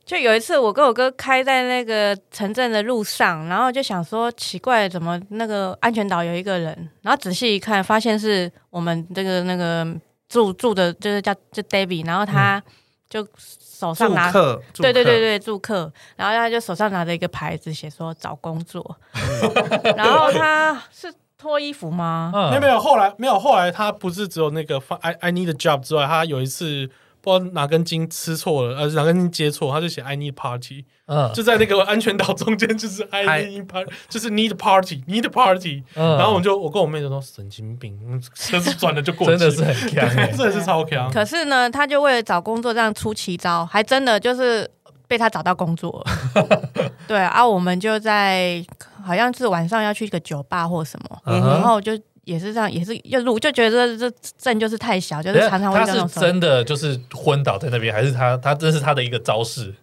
S4: 就有一次，我跟我哥开在那个城镇的路上，然后就想说奇怪，怎么那个安全岛有一个人？然后仔细一看，发现是我们这个那个住住的，就是叫就 David，然后他就手
S2: 嗯
S4: 上
S2: 住
S4: 拿
S2: 客，住
S4: 对对
S2: 客
S4: 对，对，住客，然后他就手上拿着一个牌子，写说找工作，
S2: 嗯
S4: 然后他是脱衣服吗？
S1: 嗯
S3: 没有没有，后来没有后来，他不是只有那个发 I I need a job 之外，他有一次不知道哪根筋吃错了，呃，哪根筋接错，他就写 I need party，
S1: 嗯
S3: 就在那个安全岛中间，就是 I
S2: I-
S3: need party，就是 need party，need party。
S1: 嗯
S3: 然后我就我跟我妹就说神经病，嗯车子转了就过去，
S1: 真的是很强、
S3: 真
S1: 欸，
S3: 的是超
S2: 啊
S3: 强。
S4: 可是呢，他就为了找工作这样出奇招，还真的就是被他找到工作了 对啊，我们就在好像是晚上要去一个酒吧或什么，
S1: 嗯哼
S4: 然后就也是这样，也是又路就觉得这这镇就是太小，就是
S2: 哎
S4: 常常会
S1: 他
S4: 这
S1: 是
S4: 种手
S1: 真的就是昏倒在那边，还是他他这是他的一个招式？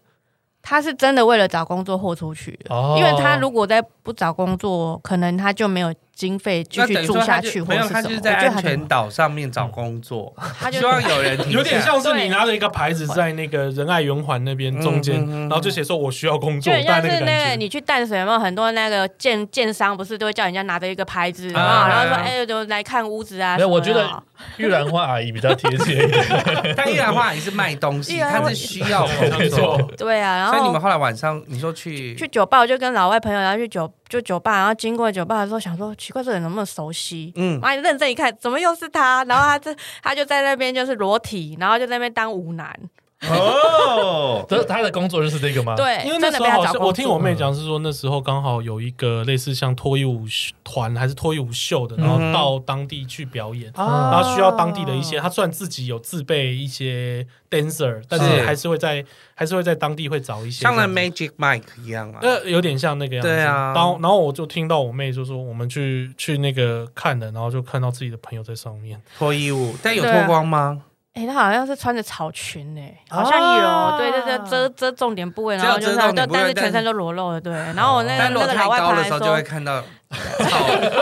S4: 他是真的为了找工作豁出去的，
S1: 哦
S4: 因为他如果在不找工作，可能他就没有经费继
S2: 那
S4: 续
S2: 等于
S4: 住
S2: 说
S4: 下
S2: 他就
S4: 去，或
S2: 没
S4: 者
S2: 有，
S4: 是什
S2: 他
S4: 么。
S2: 就是
S4: 我
S2: 在
S4: 觉得
S2: 安
S4: 他嗯
S2: 全岛上面找工作，
S4: 他就
S2: 希望有人停下
S3: 有点像是你拿着一个牌子在那个仁爱圆环那边中间，
S2: 嗯嗯嗯嗯
S3: 然后就写说我需要工
S4: 就
S3: 作，
S4: 很
S3: 大
S4: 像
S3: 概
S4: 是
S3: 个
S4: 那个
S3: 感觉。
S4: 你去淡水有没有很多那个建建商不是都会叫人家拿着一个牌子，
S2: 啊
S4: 啊，然后说
S2: 啊
S4: 哎，就来看屋子啊。
S1: 没有
S4: 什么
S1: 我觉得
S4: 的
S1: 玉兰花阿姨比较贴切一 点。
S2: 但依然话也是卖东西，
S4: 依然
S2: 他
S4: 话
S2: 是需要
S3: 没
S2: 工
S3: 错
S2: 作。
S4: 对啊，
S2: 所以你
S4: 然
S2: 们
S4: 后
S2: 后来晚上你说去
S4: 去酒吧，我就跟老外朋友，然后去酒就酒吧，然后经过酒吧的时候，想说奇怪，这人能不能熟悉？
S2: 嗯，
S4: 妈，认真一看，怎么又是他？然后他这他就在那边就是裸体，然后就在那边当舞男，
S2: 哦，
S1: 这他的工作就是这个吗？，
S4: 对，
S3: 啊
S4: 啊
S3: 因为那
S4: 真
S3: 时
S4: 的
S3: 候
S4: 被他
S3: 好
S4: 找
S3: 像
S4: 工
S3: 我听我
S4: 作
S3: 妹讲是说，那时候刚好有一个类似像脱衣舞团还是脱衣舞秀的，然后
S2: 嗯
S3: 到当地去表演，
S1: 啊
S3: 然后需要当地的一些，他虽然自己有自备一些 dancer，但是
S2: 是
S3: 还是会在还是会在当地会找一些
S2: 像那
S3: 这样子
S2: Magic Mike 一样啊，
S3: 呃，有点像那个样子。
S2: 对啊
S3: 然后然后我就听到我妹就说，我们去去那个看的，然后就看到自己的朋友在上面。
S2: 脱衣舞，但有
S4: 对啊
S2: 脱光吗？
S4: 哎、他好像是穿着草裙哎、
S1: 啊
S4: 好像有，对对对，遮遮重点部位，
S2: 哦只
S4: 然
S2: 有
S4: 后就是
S2: 遮重点部位
S4: 但是全
S2: 但哦
S4: 身都裸露的，对。然后我那个、
S2: 但如果
S4: 呃那个
S2: 太
S4: 老外
S2: 高
S4: 朋
S2: 的
S4: 友还
S2: 时候就会
S4: 说，
S2: 看到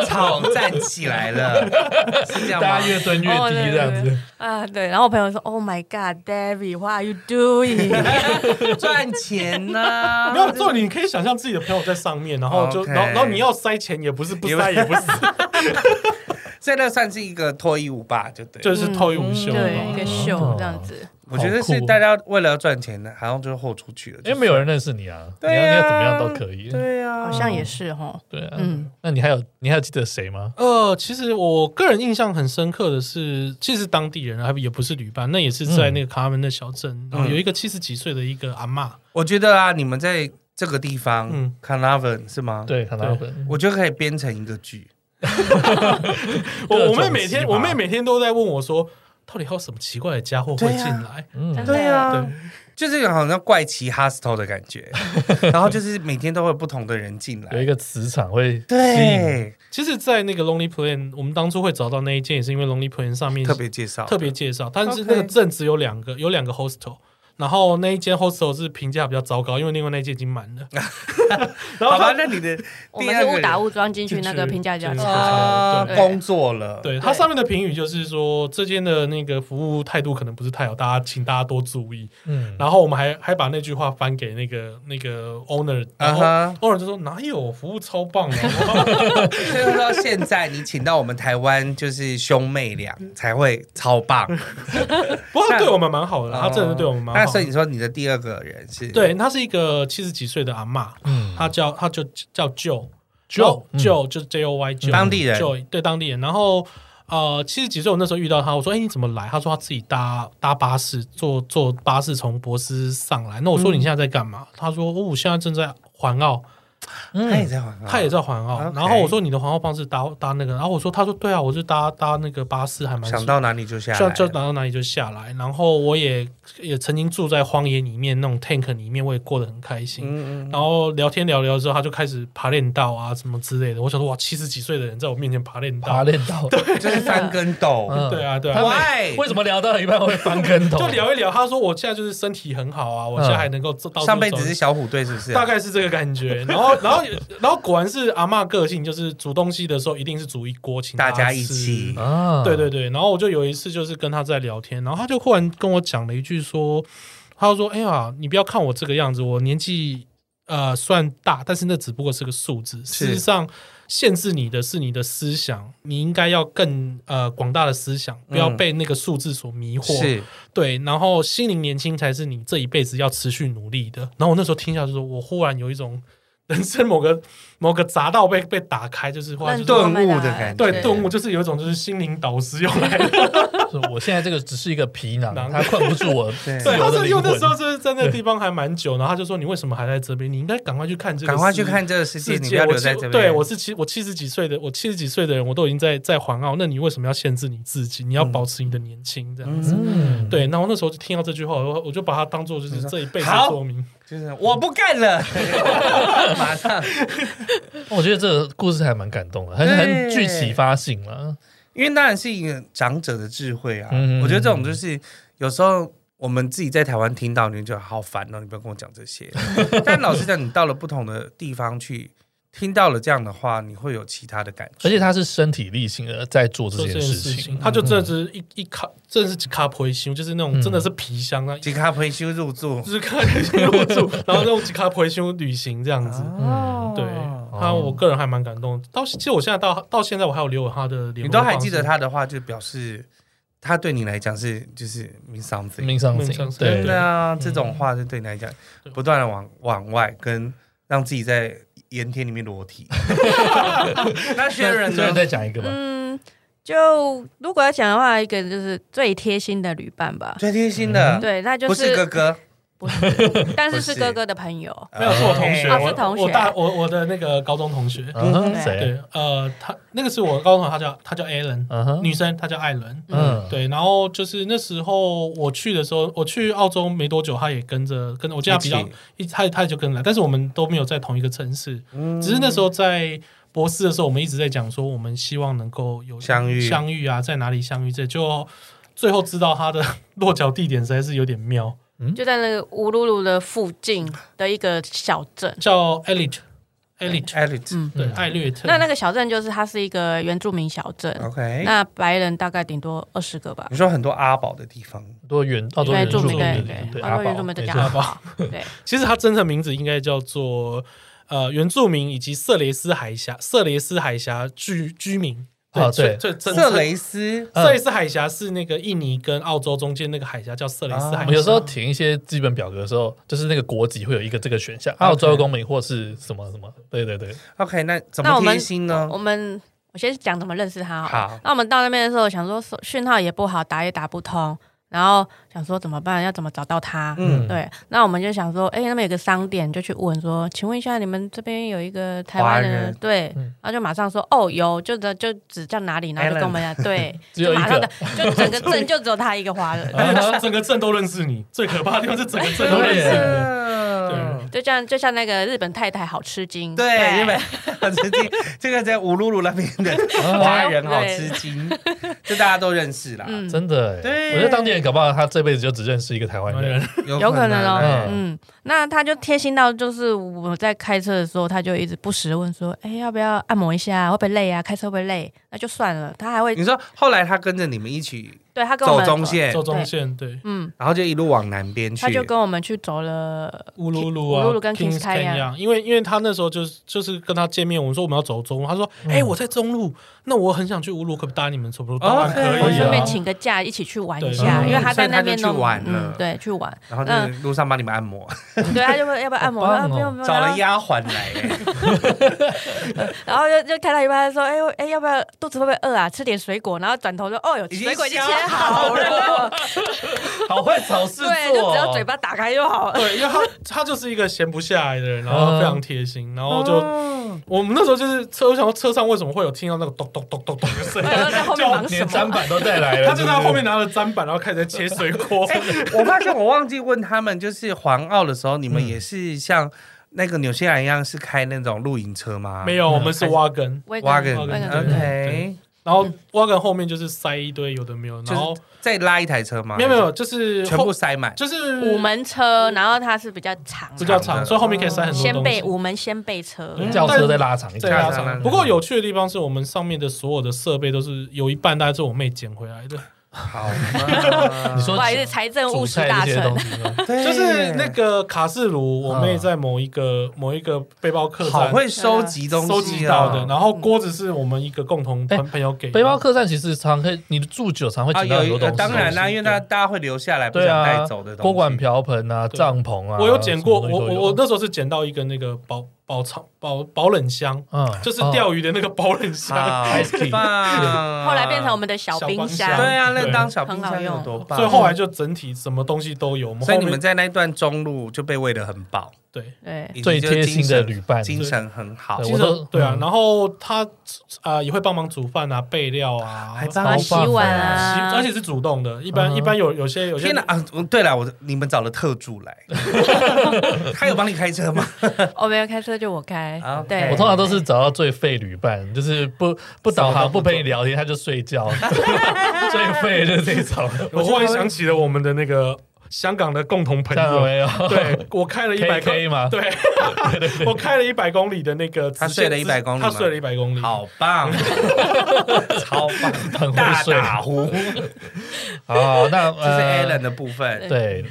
S2: 草草站起来了，是这样吗
S1: 大家？越蹲越
S4: 哦
S1: 低
S4: 对对
S1: 这样子。
S4: 啊对，然后我朋友说，Oh my God，David，What are you doing？
S2: 赚钱 呢？
S3: 没有做，你可以想象自己的朋友在上面，然后就
S2: OK
S3: 然后然后你要塞钱也不是，不塞也不是，
S2: 所以那算是一个脱衣舞吧，就对。
S3: 就是脱衣舞秀嘛。
S4: 对，一个秀这样子。
S2: 我觉得
S1: 好
S2: 是
S1: 酷哎
S2: 大家为了要赚钱的，好像就豁出去了，
S1: 因为没有人认识你啊，你
S2: 对
S1: 要
S2: 啊
S1: 你要怎么样都可以
S2: 就是。。对啊，
S4: 好像也是哈，
S1: 对啊，
S4: 嗯
S1: 那你还有你还有记得谁吗？
S3: 呃，其实我个人印象很深刻的是，其实是当地人啊，还也不是旅伴，那也是在那个卡门的小镇，然后有一个七十几岁的一个阿嬷，
S2: 我觉得啊，你们在这个地方，
S3: 嗯
S2: 嗯，Carnavan 是吗？，
S1: 对，看到本
S2: 我觉得可以编成一个剧，
S1: 各
S3: 我
S1: 种
S3: 我妹每天
S1: 奇葩
S3: 我妹每天都在问我说，到底还有什么奇怪的家伙会
S2: 对啊
S3: 进来？
S4: 真
S1: 嗯
S4: 的
S2: 啊
S3: 对
S2: 就是有好像怪奇 hostel 的感觉，然后就是每天都会有不同的人进
S1: 有一
S2: 来，
S1: 个磁场会吸引。
S2: 对，
S3: 其实，在那个 Lonely Plan，我们当初会找到那一间，也是因为 Lonely Plan 上面
S2: 特别介绍，
S3: 嗯特别介绍，但是
S2: OK
S3: 那个镇只有两个，有两个 hostel。然后那一间 hostel 是评价比较糟糕，因为另外那一间已经满了。
S2: 啊
S3: 然后
S2: 好吧那
S3: 他，
S2: 你的
S4: 我
S2: 第
S4: 们
S2: 二
S4: 是
S2: 个
S4: 误打
S2: 人
S4: 误撞进去那个评价比较
S3: 进去
S4: 差。
S2: 啊
S4: 对
S2: 工作了，，
S3: 对它上面的评语就是说，这间的那个服务态度可能不是太好，大家请大家多注意。
S1: 嗯，
S3: 然后我们还还把那句话翻给那个那个 owner，然
S2: 啊
S3: 后
S2: 哈，
S3: owner 就说哪有服务超棒的，
S2: 所以说现在你请到我们台湾就是兄妹俩才会超棒，
S3: 不过他对我们蛮好的啦，他真的是对我们蛮
S2: 哦那
S3: 好
S2: 所以
S3: 的。
S2: 你说你的第二个人是，
S3: 对，他是一个七十几岁的阿嬷，
S1: 嗯
S3: 他叫他就叫舅
S1: Joe，嗯
S3: 舅就是 J O Y 舅
S2: 当地人
S3: 舅对当地人。然后呃七十几岁，我那时候遇到他，我说哎、你怎么来？他说他自己搭搭巴士，坐坐巴士从博斯上来。那我说你现在在干嘛？他说哦我现在正在环澳，
S2: 他也在玩，
S3: 他也在环澳。
S2: 啊 OK
S3: 然后我说你的环澳方式搭搭那个，然后我说他说对啊，我就搭搭那个巴士还蛮
S2: 想到哪里就下来
S3: 就
S2: 了，
S3: 就拿到哪里就下来。然后我也也曾经住在荒野里面那种 tank 里面，我也过得很开心。
S2: 嗯嗯
S3: 然后聊天聊聊之后，他就开始爬练道啊什么之类的。我想说，哇，七十几岁的人在我面前爬练
S1: 爬
S3: 道，
S1: 练 到
S2: 嗯，就是翻跟斗，
S1: 嗯
S3: 对啊对
S1: 他
S3: 啊。
S2: Why？
S1: 为什么聊到一半会翻跟头？
S3: 就聊一聊，他说我现在就是身体很好啊，我现在还能够走到
S2: 嗯
S3: 处
S2: 上辈子
S3: 走
S2: 是小虎队是不是？
S3: 大概是这个感觉。 然后，然后，然后果然是阿嬷个性，就是煮东西的时候一定是煮一锅，请
S2: 大
S3: 家
S2: 家一
S3: 吃
S2: 起
S1: 啊，
S3: 对对对，然后我就有一次就是跟他在聊天，然后他就忽然跟我讲了一句说，他就说：“哎呀，你不要看我这个样子，我年纪呃算大，但是那只不过是个数字。事
S2: 是
S3: 实上，限制你的是你的思想，你应该要更呃广大的思想，不要
S2: 嗯
S3: 被那个数字所迷惑。
S2: 是
S3: 对，然后心灵年轻才是你这一辈子要持续努力的。然后我那时候听下，就是我忽然有一种人生某个某个闸道被被打开，就是忽然就是
S2: 顿悟的感觉
S3: 呃对顿悟，就是有一种就是心灵导师又来了。
S1: 就是我现在这个只是一个皮囊
S3: 囊，
S1: 它困不住我
S2: 对
S1: 自
S3: 对，
S1: 由
S3: 他
S1: 的
S3: 说
S1: 灵
S3: 因为那
S1: 魂
S3: 时。候就是在那个地方还蛮久，然后他就说你为什么还在这边？你应该赶快去看这个，
S2: 赶快去。看这个世界，
S3: 世
S2: 你不
S3: 界，
S2: 要
S3: 我
S2: 留
S3: 七
S2: 在这边。
S3: 对我是七我七十几岁的我七十几岁的人，我都已经在在环澳，那你为什么要限制你自己？你要
S2: 嗯
S3: 保持你的年轻，这样。
S1: 嗯，
S3: 对，然后那时候就听到这句话，我我就把它当做就是这一辈子的
S2: 好
S3: 说明。
S2: 就是我不干 了， 马上，
S1: 哦我觉得这个故事还蛮感动的，很
S2: 对
S1: 很具启发性了。
S2: 因为当然是一个长者的智慧啊。
S1: 嗯
S2: 我觉得这种就是有时候。我们自己在台湾听到，你就觉得好烦哦！你不要跟我讲这 些。但老实讲，你到了不同的地方去，听到了这样的话，你会有其他的感觉。
S1: 而且他是身体力行的在做这
S3: 做这
S1: 件
S3: 件事
S1: 事
S3: 情，嗯
S1: 情，
S3: 他就真的是一一卡，真的是几卡皮箱，就是那种真的是皮箱啊，
S2: 吉卡培修入住
S3: 就是看入住，然后那种几卡皮箱旅行这样子。
S2: 嗯
S1: 哦
S3: 对，他我个人还蛮感动。到其实我现在到到现在我还有留有他的联络，
S2: 你都还记得？他的话，就表示他对你来讲是就是 mean something。
S1: 命丧
S3: mean something，
S1: 对
S2: 真的
S1: 对，
S2: 啊，这种话就对你来讲，
S3: 嗯
S2: 不断的往往外跟让自己在盐田里面裸 体。那些人
S1: 虽
S2: 呢？
S1: 然再讲一个吧，
S4: 嗯，就如果要讲的话，一个就是最贴心的旅伴吧。
S2: 最贴心
S3: 嗯
S2: 的，
S4: 对，那就
S2: 啊不是哥哥，呃
S4: 不是，但是
S2: 不是
S4: 是哥哥的朋友。
S3: 没有是我同学，
S2: 哎
S4: 啊
S3: 我
S4: 是同学
S3: 我大我我的那个高中同学。
S1: 嗯哼，
S4: 对
S1: 谁？
S3: 对，呃，他那个是我高中同学，他叫他叫 Alan，
S1: 嗯哼，
S3: 女生，她叫艾伦。
S1: 嗯，
S3: 对，然后就是那时候我去的时候，我去澳洲没多久，他也跟着跟着我，记得他比较
S2: 一起
S3: 一他他也就跟来，但是我们都没有在同一个城市，
S1: 嗯
S3: 只是那时候在博斯的时候，我们一直在讲说，我们希望能够有
S2: 相遇
S3: 相遇啊，在哪里相遇这就。最后知道他的 落脚地点实在是有点妙，
S4: 就在那个乌鲁鲁的附近的一个小镇，
S3: 叫 Elite，Elite，
S2: Elliot。
S4: 嗯，
S3: 对，艾略特。
S4: 那那个小镇就是它是一个原住民小
S1: 哦
S4: 镇，
S2: OK，
S4: 嗯那白人大概顶多二十个吧
S2: 你，说很多阿宝的地方，
S1: 很嗯多原澳洲
S4: 对，
S1: 原
S4: 住
S1: 住
S4: 民
S1: 民
S4: 对
S1: 对
S4: 啊对，
S1: 对
S4: 澳
S1: 阿
S4: 洲
S1: 宝
S4: 原住民就
S1: 没
S4: 叫
S1: 错
S4: 阿宝，对，
S3: 其实它真正名字应该叫做呃原住民以及色雷斯海峡色雷斯海峡居居民。
S1: 啊对
S3: 这这
S2: 色雷斯
S4: 嗯
S3: 色雷斯海峡是那个印尼跟澳洲中间那个海峡叫色雷斯
S1: 我
S3: 海峡。
S1: 们啊有时候填一些基本表格的时候，就是那个国籍会有一个这个选项，啊澳洲公民或是什么什么，对对对，
S2: ，OK，那怎
S4: 那
S2: 么
S4: 我们哦
S2: 贴心呢
S1: 嗯
S4: 我？们我先讲怎么认识他好了
S2: 好
S4: 那我们到那边的时候，想说手讯号也不好，打也打不通，然后想说怎么办，要怎么找到他？
S2: 嗯
S4: 对，那我们就想说，哎、那边有个商店，就去问说，请问一下，你们这边有一个台湾
S2: 华
S4: 人
S2: 人？
S4: 对，
S1: 嗯哎
S4: 然后就马上说，哦，有，就只就只叫哪里，然后就
S2: Alan
S4: 跟我们讲，对，
S1: 只有
S4: 就
S1: 一
S4: 马上的
S1: 个，，
S4: 就整个镇就只有他一个华人，
S3: 而且整个镇都认识你，最可怕的地方是整个镇都认识
S1: 对
S3: 你。
S2: 嗯
S4: 就像就像那个日本太太好吃惊，
S2: 对，因为很吃惊，这个在乌鲁鲁那边的
S3: 嗯
S2: 华人好吃惊，就大家都认识啦，
S4: 嗯，
S1: 真的欸，
S2: 对
S1: 我觉得当地人搞不好他这辈子就只认识一个台湾 人，
S4: 有可能哦
S2: 欸
S4: 嗯，那他就贴心到，就是我在开车的时候，他就一直不时地问说：“哎、要不要按摩一下？会不会累啊？开车会不会累？”那就算了，他还会
S2: 你说后来他跟着你们一起
S4: 对他跟我
S2: 嗯走
S4: 们
S2: 中，线，
S3: 走中线对，
S4: 嗯，
S2: 然后就一路往南边去，
S4: 他就跟我们去走了，
S3: 乌鲁鲁
S4: 乌
S3: 啊
S4: 鲁鲁跟
S3: Kings
S4: Kings 开
S3: Canyon，因为因为他那时候就是就是跟他见面，我们说我们要走中路，他说
S4: 嗯
S3: 哎我在中路，那我很想去乌鲁，可不可以搭你们车？我说当然
S2: 可以啊
S4: 我
S3: 可以
S4: 哦顺
S3: 啊
S4: 便。请个假一起去玩一
S3: 对
S4: 下，
S3: 嗯
S4: 因为他在那
S2: 所
S4: 边
S2: 以他就
S4: 弄
S2: 去玩了
S4: 嗯，对，去玩，
S2: 然后就是路上帮你们按摩，
S4: 对，他就会要不要按摩？
S1: 好棒
S4: 啊，
S1: 哦
S4: 不用不用，
S2: 找
S4: 然
S2: 了
S4: 后
S2: 丫鬟来，
S4: 然后就就开到一半，他说：“哎、我哎、要不要肚子会不会饿啊？吃点水果。”然后转头说：“哦，有
S2: 已经
S4: 水果已经
S2: 削
S4: 切好了，
S1: 好会找事
S2: 哦
S4: 对，就只
S1: 哦
S4: 要嘴巴打开就好了。”
S3: 对，因为他他就是一个闲不下来的人，然
S4: 嗯
S3: 后非常贴心，然后就
S4: 哦
S3: 我们那时候就是车，我想说车上为什么会有听到那个咚咚咚咚咚的声音
S4: 我？想说在后面忙什
S1: 连
S4: 么啊
S1: 砧？板都带来了，
S3: 他就在后面
S1: 是
S3: 拿了砧板，然后开始在切水果。
S2: 哎
S4: 哎
S2: 我发现我忘记问他们，就是环澳的时候，你们
S1: 嗯
S2: 也是像那个纽西兰一样是开那种露营车吗？
S3: 没有，我们是
S4: 哎
S3: 挖根，
S2: 挖个
S4: 根
S2: 人，
S4: 根
S3: 挖个人
S2: ，OK，
S3: 然后挖根后面就是塞一堆有的没有，
S2: 就是
S3: 然后
S2: 再拉一台车吗？
S3: 没有没有，就是
S2: 全
S3: 后
S2: 部塞满。
S3: 就是
S4: 五门车，然后它是比较长
S3: 比
S4: 的，
S3: 较
S2: 长
S3: 长，
S2: 的
S3: 所以后面可以塞很多
S4: 先
S3: 东
S4: 备
S3: 西。
S4: 五门先备车，
S1: 不是轿车再拉长一
S3: 对
S1: 点，
S3: 啊，
S2: 拉长
S3: 不过有趣的地方是我们上面的所有的设备都是有一半大概是我妹捡回来的，
S2: 好嘛
S1: 你说
S4: 不好意思，财政务
S1: 煮
S4: 实
S1: 菜
S4: 大
S1: 这些
S4: 臣
S1: 东。西吗，
S2: 对
S3: 就是那个卡式炉，我妹在某一个某一个背包客
S2: 好
S3: 栈
S2: 会收集东西、啊，
S3: 收集到的，然后锅子是我们一个共同
S1: 哎
S3: 朋朋友给的
S1: 背包客栈其实常可以，你住久常会
S2: 啊，
S1: 捡到
S2: 有
S1: 很
S2: 一
S1: 多
S2: 个
S1: 东西。
S2: 当然啦、
S1: 对
S2: 因为大大家会留下来不
S1: 对
S2: 想
S1: 啊
S2: 带走的东西。
S1: 锅碗瓢盆啊、帐篷啊，
S3: 我有捡过，
S1: 什么
S3: 我
S1: 东西都
S3: 我
S1: 有
S3: 我那时候是捡到一个那个保保藏保保冷箱，
S1: 嗯
S3: 就是
S1: 哦
S3: 钓鱼的那个保冷箱，
S2: 啊 好
S1: Ice
S2: 棒！
S4: 后来变成我们的小冰
S3: 小
S2: 对
S4: 箱，
S2: 啊，那
S3: 对
S2: 当小冰箱有多棒？
S3: 所以后来就整体什么东西都有。我们
S2: 所
S3: 后
S2: 以
S3: 面
S2: 你们在那一段中路就被喂得很饱，
S3: 对
S4: 对，
S2: 以及
S1: 最
S2: 就是
S1: 贴
S2: 精
S1: 心的
S2: 神
S1: 旅伴，
S2: 精神很好
S1: 对。
S3: 其
S1: 我都
S3: 实对啊
S1: 嗯，
S3: 然后他啊、也会帮忙煮饭啊、备料啊，
S2: 还帮
S3: 帮
S4: 然后
S1: 忙
S4: 洗碗啊，
S3: 洗，而且是主动的。一般、
S1: 嗯
S3: 一般有有些有些
S2: 天哪啊！对了，我你们找了特助 来，他有帮你开车吗？
S4: 我哦没有开车就我开
S2: 啊，
S4: 对，
S1: 我通常都是找到最废旅伴，就是不不导航、不陪你聊天，他就睡觉，最废的这种。
S3: 我忽然想起了我们的那个香港的共同朋
S1: 看到
S3: 友，
S1: 没有？
S3: 对我开了一百
S1: KK 嘛
S3: 对， 我开了一百公里的那个直
S2: 他
S3: 线，
S2: 睡了100公里吗
S3: 他睡了一百公 里，
S2: 好棒， 超棒，
S1: 很
S2: 大
S1: 会睡。
S2: 打呼，这是
S1: 好，那这
S2: Alan 的部分。
S1: 对。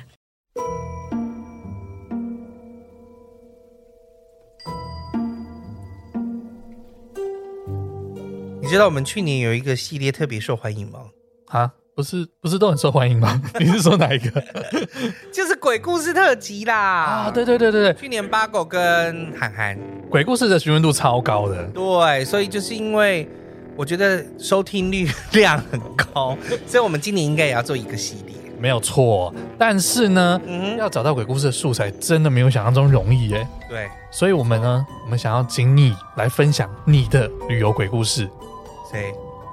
S2: 你知道我们去年有一个系列特别受欢迎吗？
S1: 啊，不是不是都很受欢迎吗？你是说哪一个
S2: 就是鬼故事特辑啦！
S1: 啊？对对对对对，
S2: 去年八狗跟涵涵，
S1: 鬼故事的询问度超高的，
S2: 对，所以就是因为我觉得收听率量很高，所以我们今年应该也要做一个系列。
S1: 没有错。但是呢，
S2: 嗯，
S1: 要找到鬼故事的素材真的没有想象中容易耶。
S2: 对，
S1: 所以我们呢，我们想要请你来分享你的旅游鬼故事。
S2: 所以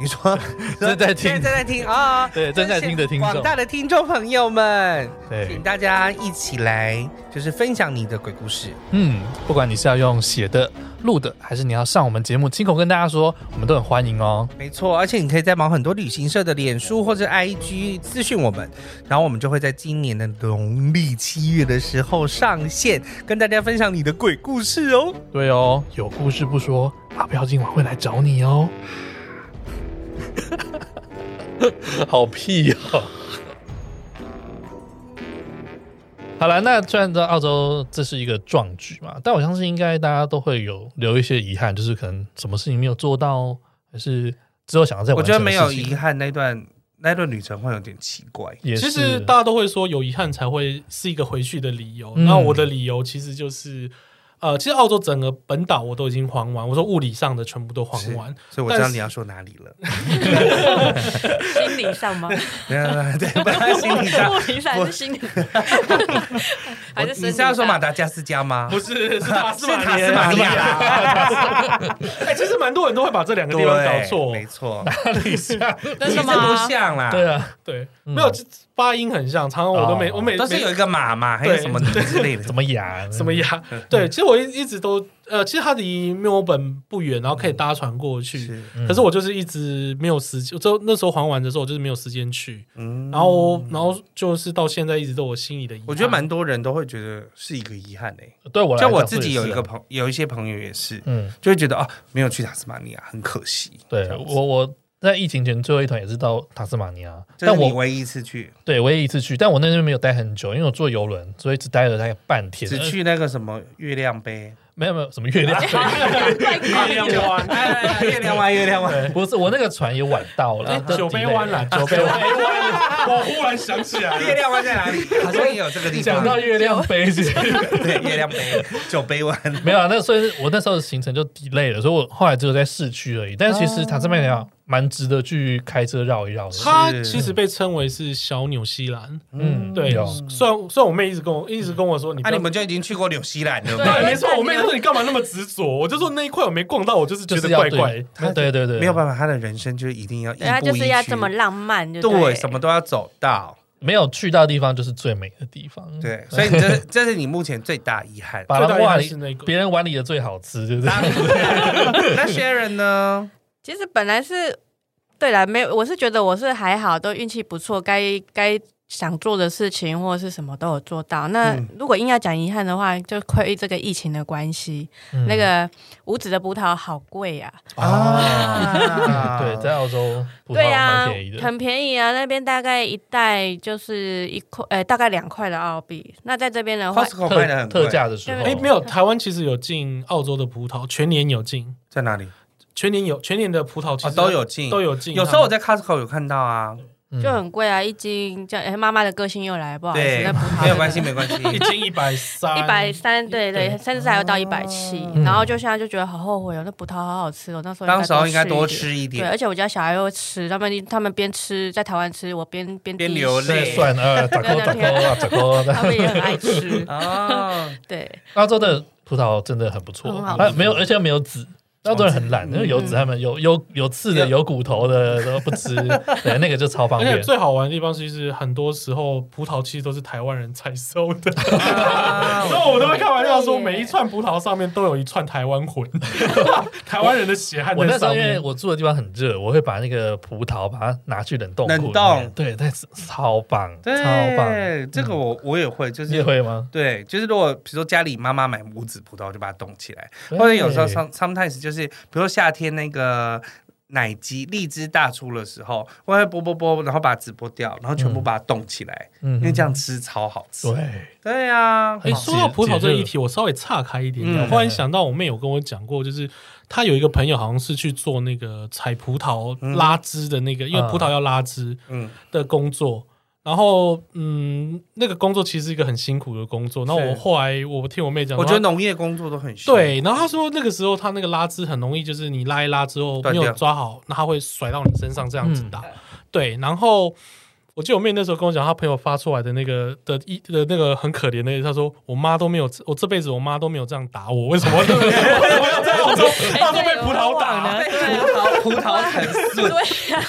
S2: 你说
S1: 正在听
S2: 现正在听啊，
S1: 对正在听的听众
S2: 广大的听众朋友们，
S1: 对
S2: 请，大家一起来，就是分享你的鬼故事。
S1: 嗯，不管你是要用写的、录的，还是你要上我们节目亲口跟大家说，我们都很欢迎哦。
S2: 没错，而且你可以在忙很多旅行社的脸书或者 IG 私讯我们，然后我们就会在今年的农历七月的时候上线，跟大家分享你的鬼故事哦。
S1: 对哦，有故事不说，阿飘今晚会来找你 哦。好屁
S2: 啊
S1: 哦！好了，那虽然在澳洲这是一个壮举嘛，但我相信应该大家都会有留一些遗憾，就是可能什么事情没有做到，哦还是之后想要再
S2: 我
S1: 完
S2: 觉得
S1: 成的
S2: 没
S1: 事情。
S2: 有遗憾，那段那段旅程会有点奇怪。
S1: 也
S3: 其
S1: 是
S3: 实 大家都会说有遗憾才会是一个回去的理由。
S1: 嗯
S3: 那我的理由其实就是，呃，其实澳洲整个本岛我都已经还完，我说物理上的全部都还完。
S2: 所以我知
S3: 但
S2: 道
S3: 是
S2: 你要说哪里了。
S4: 心理上吗？
S2: 对， 不要心理 上，
S4: 物理上还是心理，
S2: 我
S4: 还是身
S2: 你
S4: 体
S2: 是要说
S4: 上
S2: 马达加斯加吗？
S3: 不是，是塔斯马
S2: 塔
S3: 尼
S2: 斯马尼亚
S3: 亚。 哎、其实蛮多人都会把这两个地方搞错。
S2: 没错，
S1: 理想，
S4: 真的
S2: 其实
S4: 吗
S2: 不？像啦，
S1: 对啊，
S3: 对，
S1: 嗯
S3: 没有这发音很像，常常我都没，
S1: 哦
S3: 我每
S2: 都是有一个马嘛，还有什么之类的，
S1: 怎 么雅？
S3: 什么牙。
S2: 嗯
S3: 对，其实我一一直都，呃，其实它离墨尔本不远，然后可以搭船过去。
S2: 嗯是
S1: 嗯？
S3: 可是我就是一直没有时间，就那时候还完的时候，我就是没有时间去。
S2: 嗯
S3: 然后，然后就是到现在一直都有我心里的遗憾。
S2: 我觉得蛮多人都会觉得是一个遗憾诶、
S1: 对我来
S2: 像
S1: 讲
S2: 我自己
S1: 也嗯
S2: 有
S1: 是
S2: 一个
S1: 啊，
S2: 朋，有一些朋友也是，
S1: 嗯，
S2: 就会觉得啊，没有去塔斯马尼亚很可惜。
S1: 对
S2: 这样子
S1: 我我在疫情前最后一团也是到塔斯马尼亚，
S2: 这
S1: 但
S2: 是你
S1: 我
S2: 唯一一次去，
S1: 对唯一一次去，但我那边没有待很久，因为我坐游轮，所以只待了大概半天。
S2: 只
S1: 呃
S2: 去那个什么月亮杯，
S1: 没有没有什么月亮，
S4: 怪怪
S3: 月亮湾
S2: 月亮湾，月亮湾，
S1: 不是我那个船也晚到了，都
S3: 哎酒
S1: delay
S3: 杯湾啦，
S1: 了。
S3: 酒杯湾， 我忽然想起来
S2: 月亮湾在哪里？好像也有这个地
S1: 讲
S2: 方
S1: 到。月亮飞去，
S2: 对，月亮杯、酒杯 湾，
S1: 没有啊，那所以我那时候的行程就 delay 了，所以我后来只有在市区而已。但是其实塔斯马尼亚蛮值得去开车绕一绕的，
S3: 它其实被称为是小纽西兰，
S1: 嗯，
S3: 对
S1: 有。
S3: 虽然虽然我妹一直跟我一直跟我说，你不
S2: 啊，
S3: 要
S2: 你们就已经去过纽西兰了
S3: 对，
S2: 吗，
S3: 没错，我妹说你干嘛那么执着？我就说那一块我没逛到，我就是
S1: 就
S3: 觉
S1: 是
S3: 得
S1: 要
S3: 怪
S1: 对
S3: 怪。
S1: 对对对，
S2: 没有办法，他的人生就一定要亦步
S4: 对，他
S2: 亦
S4: 就是要
S2: 趋
S4: 这么浪漫，就
S2: 对，什么都要走到。
S1: 没有去到的地方就是最美的地方。
S2: 对，所以你这这是你目前最大遗 憾。
S1: 把
S3: 最
S1: 它
S3: 大遗
S1: 碗
S3: 憾
S1: 里
S3: 是那个
S1: 别人碗里的最好吃，对不对？
S2: 那 Sharon 呢？
S4: 其实本来是对啦，没有，我是觉得我是还好，都运气不错，该该想做的事情或者是什么都有做到。那
S2: 嗯
S4: 如果硬要讲遗憾的话，就亏于这个疫情的关系，
S1: 嗯
S4: 那个无籽的葡萄好贵呀、
S2: 啊
S1: 对，在澳洲葡萄
S4: 对啊呀、
S1: 蛮便宜的，
S4: 很便宜啊，那边大概一袋就是一块，呃，大概两块的澳币。那在这边的话，
S2: Costco 卖的
S1: 特
S2: 很
S1: 特
S2: 贵，
S1: 价的时候，
S4: 对
S3: 哎，没有，台湾其实有进澳洲的葡萄，全年有进，
S2: 在哪里？
S3: 全年有全年的葡萄其
S2: 哦，
S3: 实
S2: 都有进，
S3: 都。有进。
S2: 有时候我在 Costco 有看到啊，
S1: 嗯
S4: 就很贵啊，一斤这样。哎，妈妈的个性又来，不好意思，
S2: 对
S4: 那葡萄，
S2: 没有关系，没关 系。
S3: 一斤一百三，
S4: 一百三，对对，
S3: 对
S4: 甚至还有到一百七。
S1: 嗯
S4: 然后就现在就觉得好后悔哦，那葡萄好好吃哦，那时候
S2: 当时候应该多
S4: 一
S2: 吃一
S4: 点。对，
S2: 点，
S4: 而且我家小孩又吃，他们他们边吃在台湾吃，我边边
S2: 边
S4: 递
S2: 流
S4: 水
S1: 在
S2: 泪。
S1: 算啊，咋个咋个啊，咋个
S4: 他们也很爱吃
S2: 哦，
S4: 对，
S1: 澳洲的葡萄真的很不错，
S4: 很好嗯
S1: 啊，没有，而且没有籽。澳洲人很
S3: 嗯
S1: 懒，因为有籽，他们有有有刺的，
S2: 嗯
S1: 有骨头的都不 吃，对，那个就超方
S3: 而且
S1: 便。
S3: 最好玩的地方，其实很多时候葡萄其实都是台湾人采收 的，
S2: 啊
S3: 所以我 们都会开玩笑说，
S4: 对耶
S3: 每一串葡萄上面都有一串台湾魂， 台湾人的血汗
S1: 我那
S3: 在
S1: 时候
S3: 上
S1: 因为
S3: 面。
S1: 我住的地方很热，我会把那个葡萄把它拿去冷冻库里面
S2: 冷冻
S1: 对，但是超棒，超棒。嗯
S2: 对，这个我我也会，就
S1: 你也
S2: 是
S1: 会吗？
S2: 对，就是如果比如说家里妈妈买五指葡萄，我就把它冻起来，或者有时候
S1: 对
S2: some sometimes 就是比如说夏天那个。奶鸡荔枝大出的时候，我会剥剥剥，然后把籽剥掉，然后全部把它冻起来，
S1: 嗯
S2: 因为这样吃超好吃。
S1: 对，
S2: 对呀、啊，
S3: 哎，
S1: 好
S3: 说到葡萄这
S1: 解
S3: 个
S1: 热
S3: 议题，我稍微岔开一点点，
S2: 嗯
S3: 我忽然想到我妹有跟我讲过，就是她有一个朋友好像是去做那个采葡萄拉枝的那个，因为葡萄要拉枝
S2: 嗯，
S3: 的工作。然后，嗯，那个工作其实是一个很辛苦的工作。那我
S2: 是
S3: 后来我听我妹讲，
S2: 我觉
S1: 啊
S2: 得农业工作都很辛苦，
S3: 对，然后他说那个时候他那个拉枝很容易，就是你拉一拉之后
S2: 断
S3: 没
S2: 掉
S3: 有抓好，那他会甩到你身上这样子打。对，然后我记得我妹那时候跟我讲，她朋友发出来的那个的一的那个很可怜的，她说我妈都没有，我这辈子我妈都没有这样打我，为什么？为什么要在澳洲，她都被葡萄打
S4: 呢，
S3: 呢？
S4: 对啊
S2: 葡萄葡萄很
S4: 对
S2: 顺，
S4: 啊，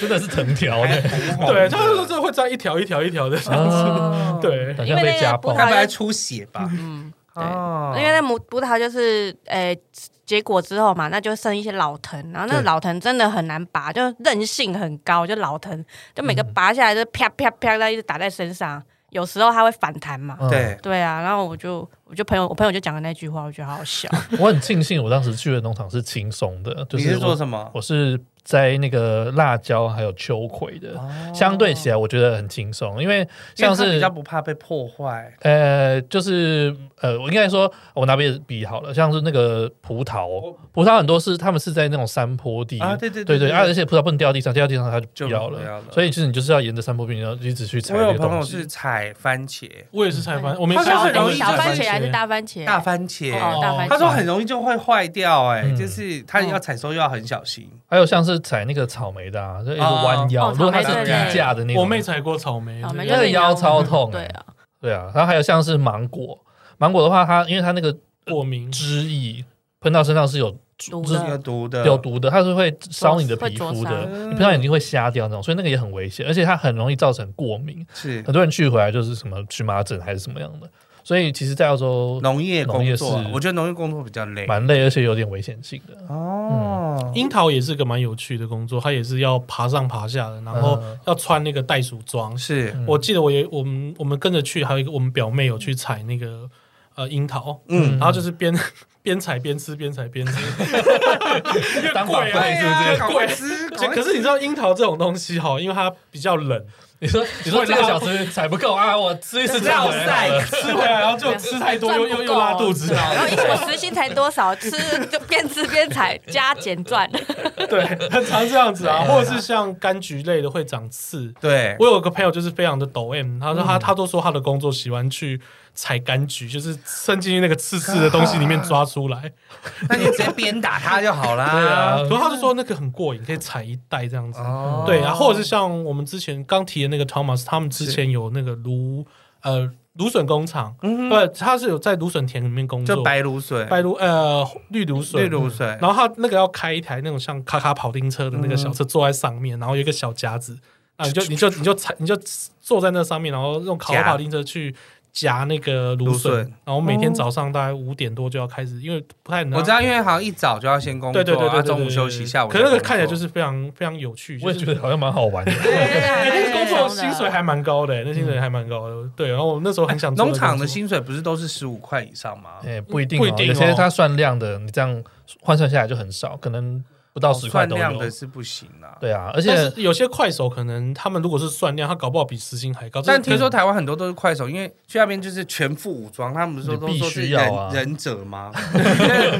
S1: 真的是藤条
S2: 还
S1: 的，
S2: 红红
S3: 对，
S2: 的
S3: 就是说这会这样一条一条一条的这样子。
S2: 嗯
S1: 啊，
S3: 对，
S1: 好像被家暴
S4: 因为那个葡。
S2: 该不会出血吧？
S4: 嗯，对。
S2: 哦，
S4: 因为那葡葡萄就是呃结果之后嘛，那就剩一些老藤，然后那个
S1: 对
S4: 老藤真的很难拔，就韧性很高，就老藤，就每个拔下来就啪啪啪，那一直打在身上，有时候它会反弹嘛。
S1: 嗯
S2: 对，
S4: 对啊，然后我就我就朋友我朋友就讲的那句话，我觉得好好笑。
S1: 我很庆幸我当时去的农场是轻松的，就
S2: 你是
S1: 我
S2: 做什么？
S1: 我是摘那个辣椒还有秋葵的，相对起来我觉得很轻松，因为
S2: 因为
S1: 像
S2: 它比
S1: 是
S2: 较不怕被破坏，
S1: 呃，就是呃，我应该说，我拿别的比好了，像是那个葡
S3: 哦
S1: 萄，葡萄很多是他们是在那种山坡地
S2: 啊对对
S1: 对
S2: 对对
S1: 啊，而且葡萄不能掉到地上，掉到地上它就
S2: 就
S1: 不要
S2: 不要
S1: 了，
S2: 了
S1: 所以就是你就是要沿着山坡边，然后一直去采
S2: 我
S1: 那
S2: 有
S1: 个
S2: 朋
S1: 东
S2: 友
S1: 西
S2: 是。采番茄，
S3: 我也是采番，我们
S2: 它
S3: 开
S2: 是
S3: 始
S2: 很容易
S4: 嗯小
S2: 长
S4: 番
S2: 番
S4: 茄还是
S3: 茄
S4: 大番茄？
S2: 大番茄。
S4: 哦，大番
S2: 他说
S4: 茄。
S2: 很容易就会坏掉、哎、
S1: 嗯
S2: 就是它要采收又要很小心。
S1: 还有像是采那个草莓的，啊，就一直弯腰，
S4: 哦
S1: 如果它是
S2: 草莓
S1: 低
S2: 对
S1: 价的那种，
S3: 我妹采过草莓，
S4: 草莓
S1: 那个腰超痛、
S4: 对
S1: 欸
S4: 啊，
S1: 对啊，然后还有像是芒果，芒果的话它因为它那个
S3: 过敏，
S1: 汁液喷到身上是有
S4: 毒
S1: 就是
S4: 的
S2: 有毒的，
S1: 有毒的，它是会烧你的
S4: 会
S1: 皮
S4: 灼
S1: 肤的，
S2: 伤
S1: 你碰到眼睛会瞎掉那种，所以那个也很危险，而且它很容易造成过敏，
S2: 是
S1: 很多人去回来就是什么荨麻疹还是什么样的，所以其实，在澳洲
S2: 农业
S1: 农业
S2: 工作啊
S1: 是，
S2: 我觉得农业工作比较累。
S1: 蛮累，而且有点危险性的。
S2: 哦，
S3: 樱桃也是个蛮有趣的工作，它也是要爬上爬下的，然后
S1: 嗯
S3: 要穿那个袋鼠装。
S2: 是
S1: 嗯
S3: 我记得我也我们我们跟着去，还有一个我们表妹有去采那个呃樱桃，
S2: 嗯
S3: 然后就是边 边采边吃，边采边吃，因为
S1: 当
S3: 贵
S2: 哎
S1: 宝贝
S3: 啊
S1: 对是不
S3: 因为
S2: 赶快。
S3: 贵
S2: 吃，
S3: 就可是你知道樱桃这种东西哈，因为它比较冷，
S1: 你说，你说
S3: 会
S1: 这
S3: 拉
S1: 个小时踩不够啊，我吃一次就
S2: 绕
S1: 回来
S2: 赛
S1: 了。
S3: 吃回来然后就吃 太多又又又拉肚子，
S4: 然后一我时薪才多少，吃就边吃边采，加减赚。
S3: 对，很常这样子啊，或者是像柑橘类的会长刺，
S2: 对，
S3: 我有个朋友就是非常的抖 M，他说他、
S1: 嗯
S3: 他都说他的工作喜欢去采柑橘，就是伸进去那个刺刺的东西里
S1: 嗯
S3: 面抓出来。
S2: 那你直接鞭打它就好
S1: 对啊
S2: 啦。
S3: 然后他就说那个很过瘾，可以采一袋这样子。
S2: 哦
S3: 对，然后或者是像我们之前刚提的那个 Thomas，他们之前有那个芦呃芦笋工厂，不、他是有在芦笋田里面工
S2: 嗯就
S3: 作，
S2: 白芦笋、
S3: 白芦呃绿芦笋，
S2: 绿芦笋，
S3: 然后他那个要开一台那种像卡卡跑丁车的那个小车，坐在上面，然后有一
S2: 嗯
S3: 个小夹子，啊，你就你就你就踩，你就坐在那上面，然后用卡卡跑丁车去夹那个芦
S2: 芦笋
S3: 笋，然后每天
S4: 哦
S3: 早上大概五点多就要开始，因为不太能。
S2: 我知道，因为好像一早就要先工作，
S3: 啊对对对对
S2: 啊
S3: 对，
S2: 中午
S3: 对
S2: 休息，下午。
S3: 可是那个看起来就，是非常非常有趣，
S1: 我也
S3: 就是
S1: 觉得好像蛮好玩的。
S4: 哎
S3: 哎那个工作
S4: 对
S3: 薪水还蛮高的、哎那薪水还蛮高的。对，然后我那时候很想做
S2: 嗯哎农
S3: 那个工作
S2: 场的薪水不是都是十五块以上吗？
S1: 哎，不一定哦，
S3: 不一定哦
S1: 有些它算量的，你这样换算下来就很少，可能不到
S2: 哦
S1: 十块
S2: 算
S1: 都
S2: 量
S1: 有
S2: 的。是不行啦。
S1: 对啊，而
S3: 但
S1: 且
S3: 是有些快手可能他们如果是算量，他搞不好比时薪还高。
S2: 但
S3: 这是
S2: 听说台湾很多都是快手，因为去那边就是全副武装，他们不是说都
S1: 你必
S2: 说
S1: 须
S2: 是
S1: 要
S2: 忍、
S1: 啊
S2: 忍者 吗？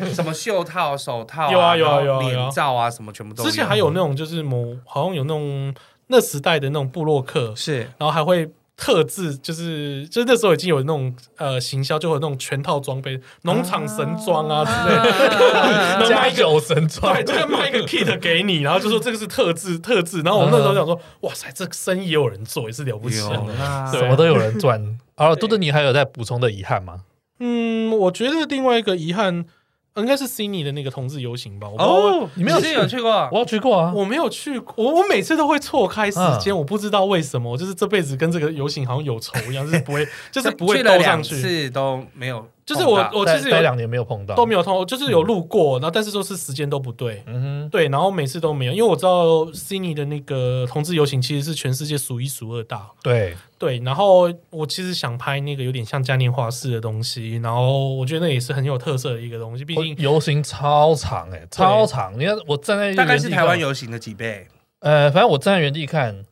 S2: 就是什么袖套、手套、
S3: 有啊有
S2: 然
S3: 啊
S2: 后
S3: 有啊有啊
S2: 脸罩啊，什么全部都
S3: 之前还有那种就是某好像有那种那时代的那种啊部落客，
S2: 是
S3: 然后还会。特制就是就是那时候已经有那种呃行销，就有那种全套装备，农场神装啊之类的，
S2: 啊
S3: 能卖
S1: 加
S3: 一个
S1: 九神装
S3: 对，，就会卖一 个 kit 给你，然后就说这个是特制特制，然后我那时候想 说，哇塞，这个生意也有人做，也是了不起啊。
S2: 有啦，
S3: 对
S1: 什么都有人赚。好，嘟嘟，你还有在补充的遗憾吗？
S3: 嗯，我觉得另外一个遗憾呃应该是 c i n y 的那个同志游行吧。我不知道为、
S2: 哦，
S1: 你没有
S2: 之前有去过？
S1: 我有去过啊，
S3: 我没有去过，我我每次都会错开时
S2: 嗯
S3: 间，我不知道为什么，就是这辈子跟这个游行好像有仇一样，就是 不会，就是不会
S2: 去了
S3: 兜上
S2: 两
S3: 去。
S2: 次哦都没有碰到，
S3: 就是我我
S1: 待
S3: 其实
S1: 待
S3: 有
S1: 两年没有碰到，
S3: 都没有通，就是有路过，然后但是就是时间都不对。
S1: 嗯
S3: 对，然后每次都没有，因为我知道 c i n y 的那个同志游行其实是全世界数一数二大，
S1: 哼，对，
S3: 对，然后我其实想拍那个有点像嘉年华式的东西，然后我觉得那也是很有特色的一个东西。毕
S1: 我
S3: 竟
S1: 游行超长哎、超长！你看我站在
S2: 大概是
S1: 原地
S2: 台
S1: 看
S2: 湾游行的几倍，
S1: 呃，反正我站在原地看，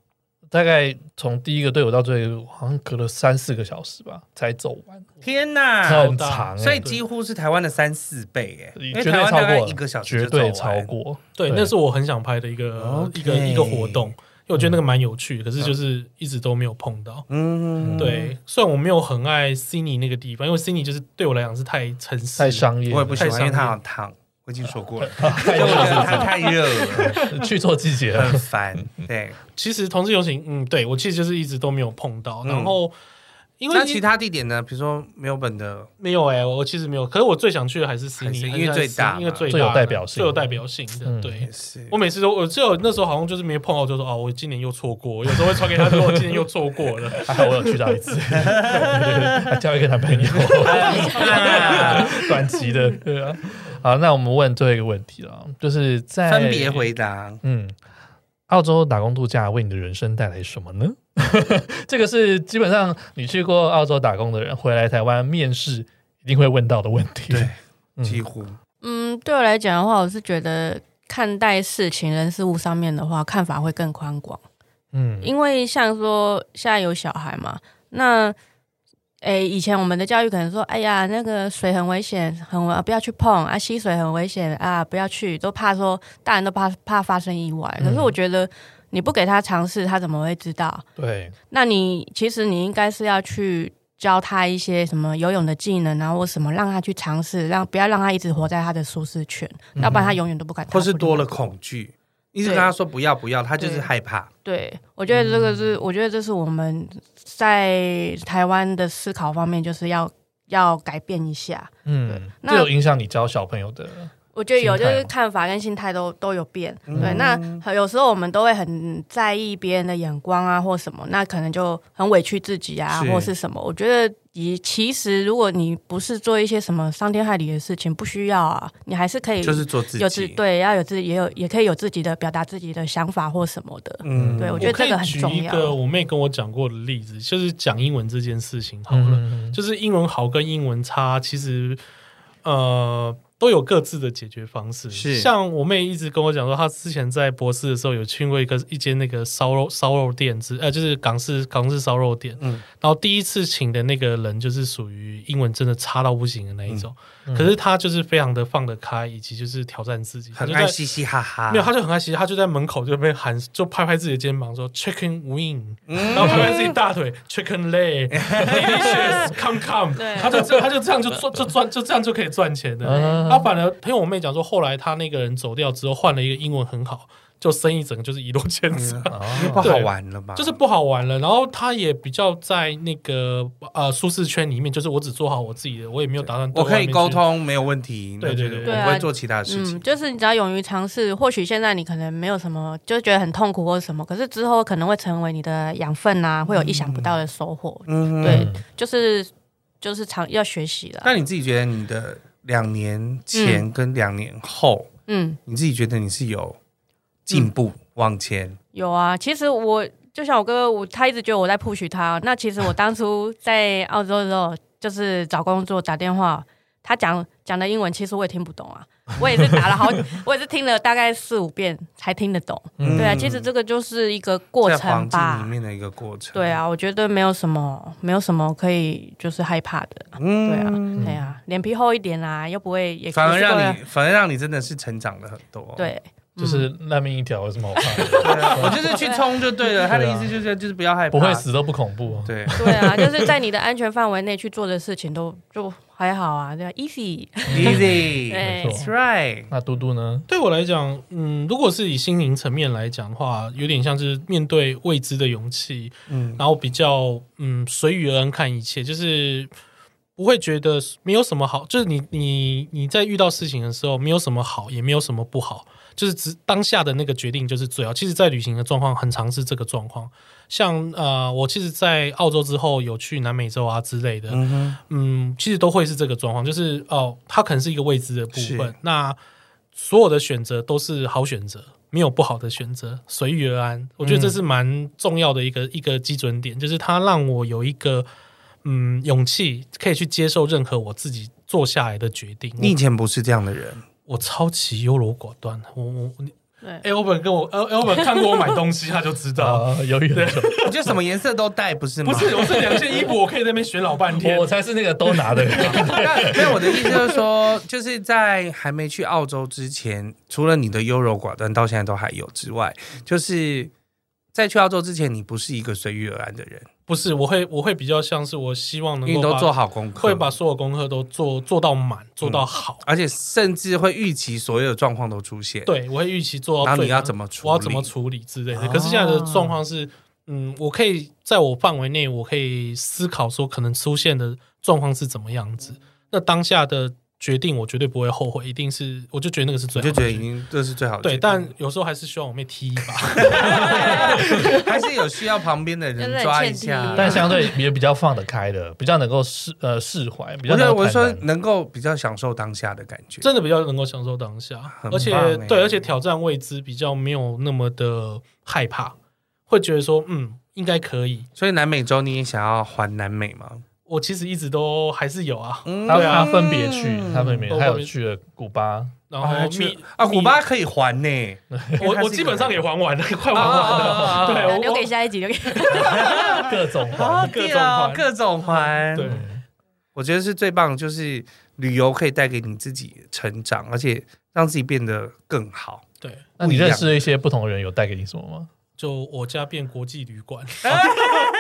S1: 大概从第一个队伍到最后，好像隔了三四个小时吧，才走完，
S2: 天哪！
S1: 很长、欸，
S2: 啊所以几乎是台湾的三四倍，哎，因为
S1: 绝
S2: 台
S1: 对
S2: 湾
S1: 超
S2: 大概
S1: 过
S2: 一个小时
S1: 绝
S2: 就走
S1: 对
S2: 完
S1: 超。过。
S3: 对，
S1: 对
S3: 那是我很想拍的一个
S2: OK
S3: 一个一个活动，因为我觉得那个蛮有趣，可是就是一直都没有碰到。
S2: 嗯，
S3: 对，虽然我没有很爱悉尼那个地方，因为悉尼就是对我来讲是太城市，
S1: 太商业了，
S2: 我也不喜
S3: 太
S2: 欢，因为
S3: 伤
S2: 它
S3: 人
S2: 好烫，我已经说 过了，
S1: 太
S2: 因为我觉得它太热了，
S1: 去错季节 了。
S2: 很烦。对，
S3: 其实同志游行，嗯，对我其实就是一直都没有碰到。
S2: 嗯
S3: 然后因为
S2: 那其他地点呢？比如说没有本的，
S3: 没有哎、我其实没有。可是我最想去的还是悉
S2: 还
S3: 尼，
S2: 是
S3: 还
S2: 因为
S3: 还
S2: 最
S3: 是
S2: 大
S3: 因为
S2: 嘛
S3: 最
S1: 最有
S3: 大
S1: 代
S3: 的
S1: 表性
S3: 最有代表性的。
S1: 嗯
S3: 对，
S2: 也是
S3: 哎我每次都，我记得我那时候好像就是没碰到，我就说哦，我今年又错过，有时候会传给他说我今年又错过了。
S1: 还好我有去到一次，还交一个男朋 友，
S3: 啊
S1: 短期的。对啊，好，那我们问最后一个问题了，就是在
S3: 哎
S2: 分别回答。
S1: 嗯，澳洲打工度假为你的人生带来什么呢？ 这个是基本上你去过澳洲打工的人回来台湾面试一定会问到的问题。
S2: 对，
S1: 嗯
S2: 几乎
S4: 嗯，对我来讲的话，我是觉得看待事情、人事物上面的话，看法会更宽广。
S1: 嗯，
S4: 因为像说现在有小孩嘛，那诶以前我们的教育可能说，哎呀，那个水很危险，很危啊不要去碰啊，溪水很危险啊，不要去，都怕说大人都怕怕发生意外。可是
S1: 嗯
S4: 我觉得你不给他尝试，他怎么会知道？
S1: 对，
S4: 那你其实你应该是要去教他一些什么游泳的技能啊，或什么让他去尝试，让不要让他一直活在他的舒适圈，
S1: 嗯
S4: 要不然他永远都不敢踏
S2: 或
S4: 出去。
S2: 是多了恐惧，一直跟他说不要不要，他就是害怕。
S4: 对，我觉得这个是，我觉得这是我们在台湾的思考方面，就是要要改变一下。
S1: 嗯，
S4: 那
S1: 这有影响你教小朋友的，
S2: 哦
S4: 我觉得有
S1: 心态
S4: 就是
S1: 嘛
S4: 看法跟心态都都有变，
S2: 嗯
S4: 对。那有时候我们都会很在意别人的眼光啊，或什么，那可能就很委屈自己啊，
S2: 是
S4: 或是什么。我觉得你其实如果你不是做一些什么伤天害理的事情，不需要啊，你还是可以
S2: 就是做自
S4: 有自
S2: 己。，
S4: 对，要有自己也有也可以有自己的表达自己的想法或什么的。
S2: 嗯
S4: 对 我觉得
S3: 我可
S4: 这
S3: 以
S4: 个很
S3: 举
S4: 重
S3: 一
S4: 要
S3: 个我妹跟我讲过的例子，就是讲英文这件事情好了，
S1: 嗯，
S3: 就是英文好跟英文差，其实呃都有各自的解决方式。
S2: 是
S3: 像我妹一直跟我讲说，她之前在博士的时候有去过一个一间那个烧肉烧肉店之呃，就是港式港式烧肉店，
S2: 嗯
S3: 然后第一次请的那个人就是属于英文真的差到不行的那一种，
S2: 嗯
S3: 可是他就是非常的放得开，以及就是挑战自己，他
S2: 很
S3: 就
S2: 爱
S3: 在。
S2: 嘻嘻哈哈。
S3: 没有，他就很开心，他就在门口就被喊，就拍拍自己的肩膀说 “chicken wing”，、然后拍拍自己大腿 “chicken leg”，delicious come come，
S4: 对
S3: 他就这他就这样就赚就赚就这样就可以赚钱的。啊
S1: 嗯
S3: 他反而听我妹讲说，后来他那个人走掉之后，换了一个英文很好，就生意整个就是一落千丈。
S2: 就不
S1: 哦
S2: 好玩了嘛，
S3: 就是不好玩了。然后他也比较在那个呃舒适圈里面，就是我只做好我自己的，我也没有打算对
S2: 我可
S3: 外面
S2: 以
S3: 去
S2: 沟。通，没有问题。
S3: 对对对
S2: 那就
S4: 对
S2: 我
S4: 啊
S2: 不会做其他的事
S4: 嗯，
S2: 情。
S4: 就是你只要勇于尝试，或许现在你可能没有什么，就觉得很痛苦或者什么，可是之后可能会成为你的养分啊，会有意想不到的收获。
S2: 嗯，
S4: 对
S1: 嗯
S4: 就是就是尝要学习的
S2: 那，你自己觉得你的两年前跟两年后，
S4: 嗯，
S2: 你自己觉得你是有进步往前？
S4: 有啊。其实我就像我哥哥，我他一直觉得我在 push 他。那其实我当初在澳洲的时候，就是找工作打电话，他讲讲的英文，其实我也听不懂啊。我也是打了 好，我也是听了大概四五遍才听得懂。
S1: 嗯
S4: 对啊，其实这个就是一个过
S2: 在
S4: 程
S2: 环境
S4: 吧
S2: 里。面的一个过程。
S4: 对，啊，我觉得没有什么，没有什么可以就是害怕的。对啊，
S2: 嗯，
S4: 对啊，脸皮厚一点啦、又不会也
S2: 反而
S4: 也
S2: 让
S4: 是
S2: 你，反而让你真的是成长了很多。
S4: 个。对，嗯
S1: 就是烂命一条，有什么好怕的？
S2: 对啊，我就是去冲就对了。他的意思就是，就是不要害怕，
S1: 不会。死都不恐 怖。
S2: 对，
S4: 对啊，就是在你的安全范围内去做的事情都就还好啊，对啊，easy。
S2: Easy，That's
S1: 没
S4: 对，
S1: 错。
S2: right。
S1: 那嘟嘟呢？
S3: 对我来讲，嗯，如果是以心灵层面来讲的话，有点像是面对未知的勇气，
S2: 嗯，
S3: 然后比较嗯随遇而安看一切，就是不会觉得没有什么好，就是你你你在遇到事情的时候，没有什么好，也没有什么不好，就是只当下的那个决定就是最好。其实，在旅行的状况很常是这个状况，像呃，我其实，在澳洲之后有去南美洲啊之类的，
S2: 嗯哼，
S3: 嗯，其实都会是这个状况，就是哦，它可能是一个未知的部
S2: 是
S3: 分。那所有的选择都是好选择，没有不好的选择，随遇而安。我觉得这是蛮重要的一个、一个基准点，就是它让我有一个嗯勇气，可以去接受任何我自己做下来的决定。
S2: 你以前不是这样的人，
S3: 我超级优柔寡断，我我我
S4: 对，
S3: ，L 本跟我 L L 本看过我买东西，他就 知道。
S2: 哦
S1: 啊，犹豫很久，
S2: 我觉得什么颜色都带，不是吗？
S3: 不是，我这两件衣服我可以在那边选老半天
S1: 我。我才是那个都拿的人。
S2: 那那我的意思就是说，就是在还没去澳洲之前，除了你的优柔寡断到现在都还有之外，就是在去澳洲之前，你不是一个随遇而安的人，
S3: 不是，我会我会比较像是我希望能
S2: 因为
S3: 够
S2: 你都
S3: 把
S2: 做好功课，
S3: 会把？所有功课都做做到满，
S2: 嗯
S3: 做到好。
S2: 而且甚至会预期所有状况都出现。，
S3: 对，我会预期做到最
S2: 然
S3: 满。
S2: 后你要怎么处理啊
S3: 我要怎么处理之类的。
S1: 哦
S3: 可是现在的状况是，嗯，我可以在我范围内，我可以思考说可能出现的状况是怎么样子。那当下的决定，我绝对不会后悔，一定是我就觉得那个是
S2: 我
S3: 最好的
S2: 就觉得已
S3: 决定
S2: 经这是最好的决
S3: 对，
S2: 定。
S3: 但有时候还是希望我妹踢一把。
S2: 还是有需要旁边的人抓一下。啊
S1: 但
S3: 啊
S1: 相对也比较放得开的，比较能够释呃释怀，比较
S2: 我觉
S1: 能
S2: 得
S1: 够
S2: 我是说
S1: 坦然
S2: 能够比较享受当下的感觉。
S3: 真的比较能够享受当下，
S2: 很棒
S3: 而且
S2: 欸
S3: 对，而且挑战未知比较没有那么的害怕，会觉得说嗯应该可以。
S2: 所以南美洲你也想要环南美吗？
S3: 我其实一直都还是有啊，
S2: 嗯
S1: 他
S3: 对啊
S1: 他分别去，他分别
S3: 都
S1: 还有
S3: 分别
S1: 去了古巴，
S3: 然
S2: 哦还
S3: 后
S2: 去
S3: 密
S2: 啊，古，巴
S3: 密
S2: 可以还 呢。因为它
S3: 我
S2: 是
S3: 我基本上也还完了，快
S2: 一个
S3: 还
S2: 啊
S3: 完
S2: 啊
S3: 了。
S2: 啊啊啊
S3: 对我
S4: 留给下一集，留 给
S1: 各种
S2: 啊，
S1: 环。
S3: 各
S2: 对
S3: 种
S2: 啊，
S3: 环
S2: 各种环。
S3: 对，
S2: 我觉得是最棒的，就是旅游可以带给你自己成长，而且让自己变得更好。
S3: 对，
S1: 那
S2: 不一
S1: 你
S2: 样
S1: 认识的一些不同的人，有带给你什么吗？
S3: 就我家变国际旅馆，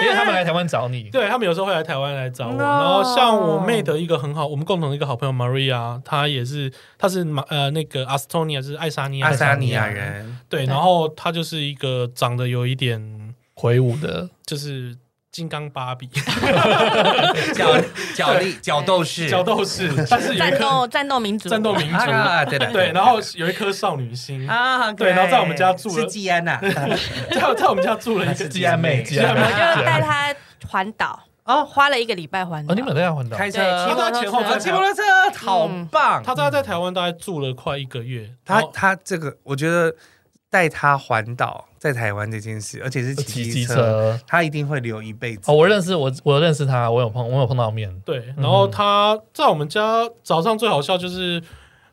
S1: 因为他们来台湾找你，
S3: 对他们有时候会来台湾来找我。
S2: No
S3: 然后像我妹的一个很好，我们共同的一个好朋友 Maria，她也是，她是马呃那个阿斯托尼亚，就是爱沙尼亚
S2: 爱沙尼亚
S3: 亚。
S2: 人，
S3: 对，
S4: 对
S3: 然后她就是一个长得有一点
S1: 魁梧的，
S3: 就是金刚芭比
S2: 角角力角斗士，
S3: 角斗士，但是有一
S4: 战
S3: 颗
S4: 斗战斗民族，
S3: 战斗民族，
S2: 啊，对的，
S3: 对，然后有一颗少女心，
S2: 啊，
S3: 对然后在我们家住了
S2: 是季 安呐，啊
S3: 在在我们家住了一个
S1: 季安妹
S3: 季
S1: 季安
S4: 我
S3: 安妹
S1: 妹，
S4: 就带他环岛，
S2: 哦
S4: 花了一个礼拜环
S1: 哦，
S4: 岛
S1: 你。们都要环岛，
S2: 开车
S4: 对，骑摩托
S3: 他在哦前后
S4: 车
S2: 啊骑摩托车嗯好棒。
S3: 她大概在台湾大概住了快一个月，
S2: 他
S3: 然
S1: 哦
S3: 后
S2: 他这个，我觉得带他环岛在台湾这件事，而且是
S1: 呃骑
S2: 骑
S1: 机
S2: 机车，
S1: 车。
S2: 他一定会留一辈子
S1: 哦，。我认识我，我认识他，我有碰，我有碰到面。
S3: 对，
S2: 嗯
S3: 然后他在我们家早上最好笑就是。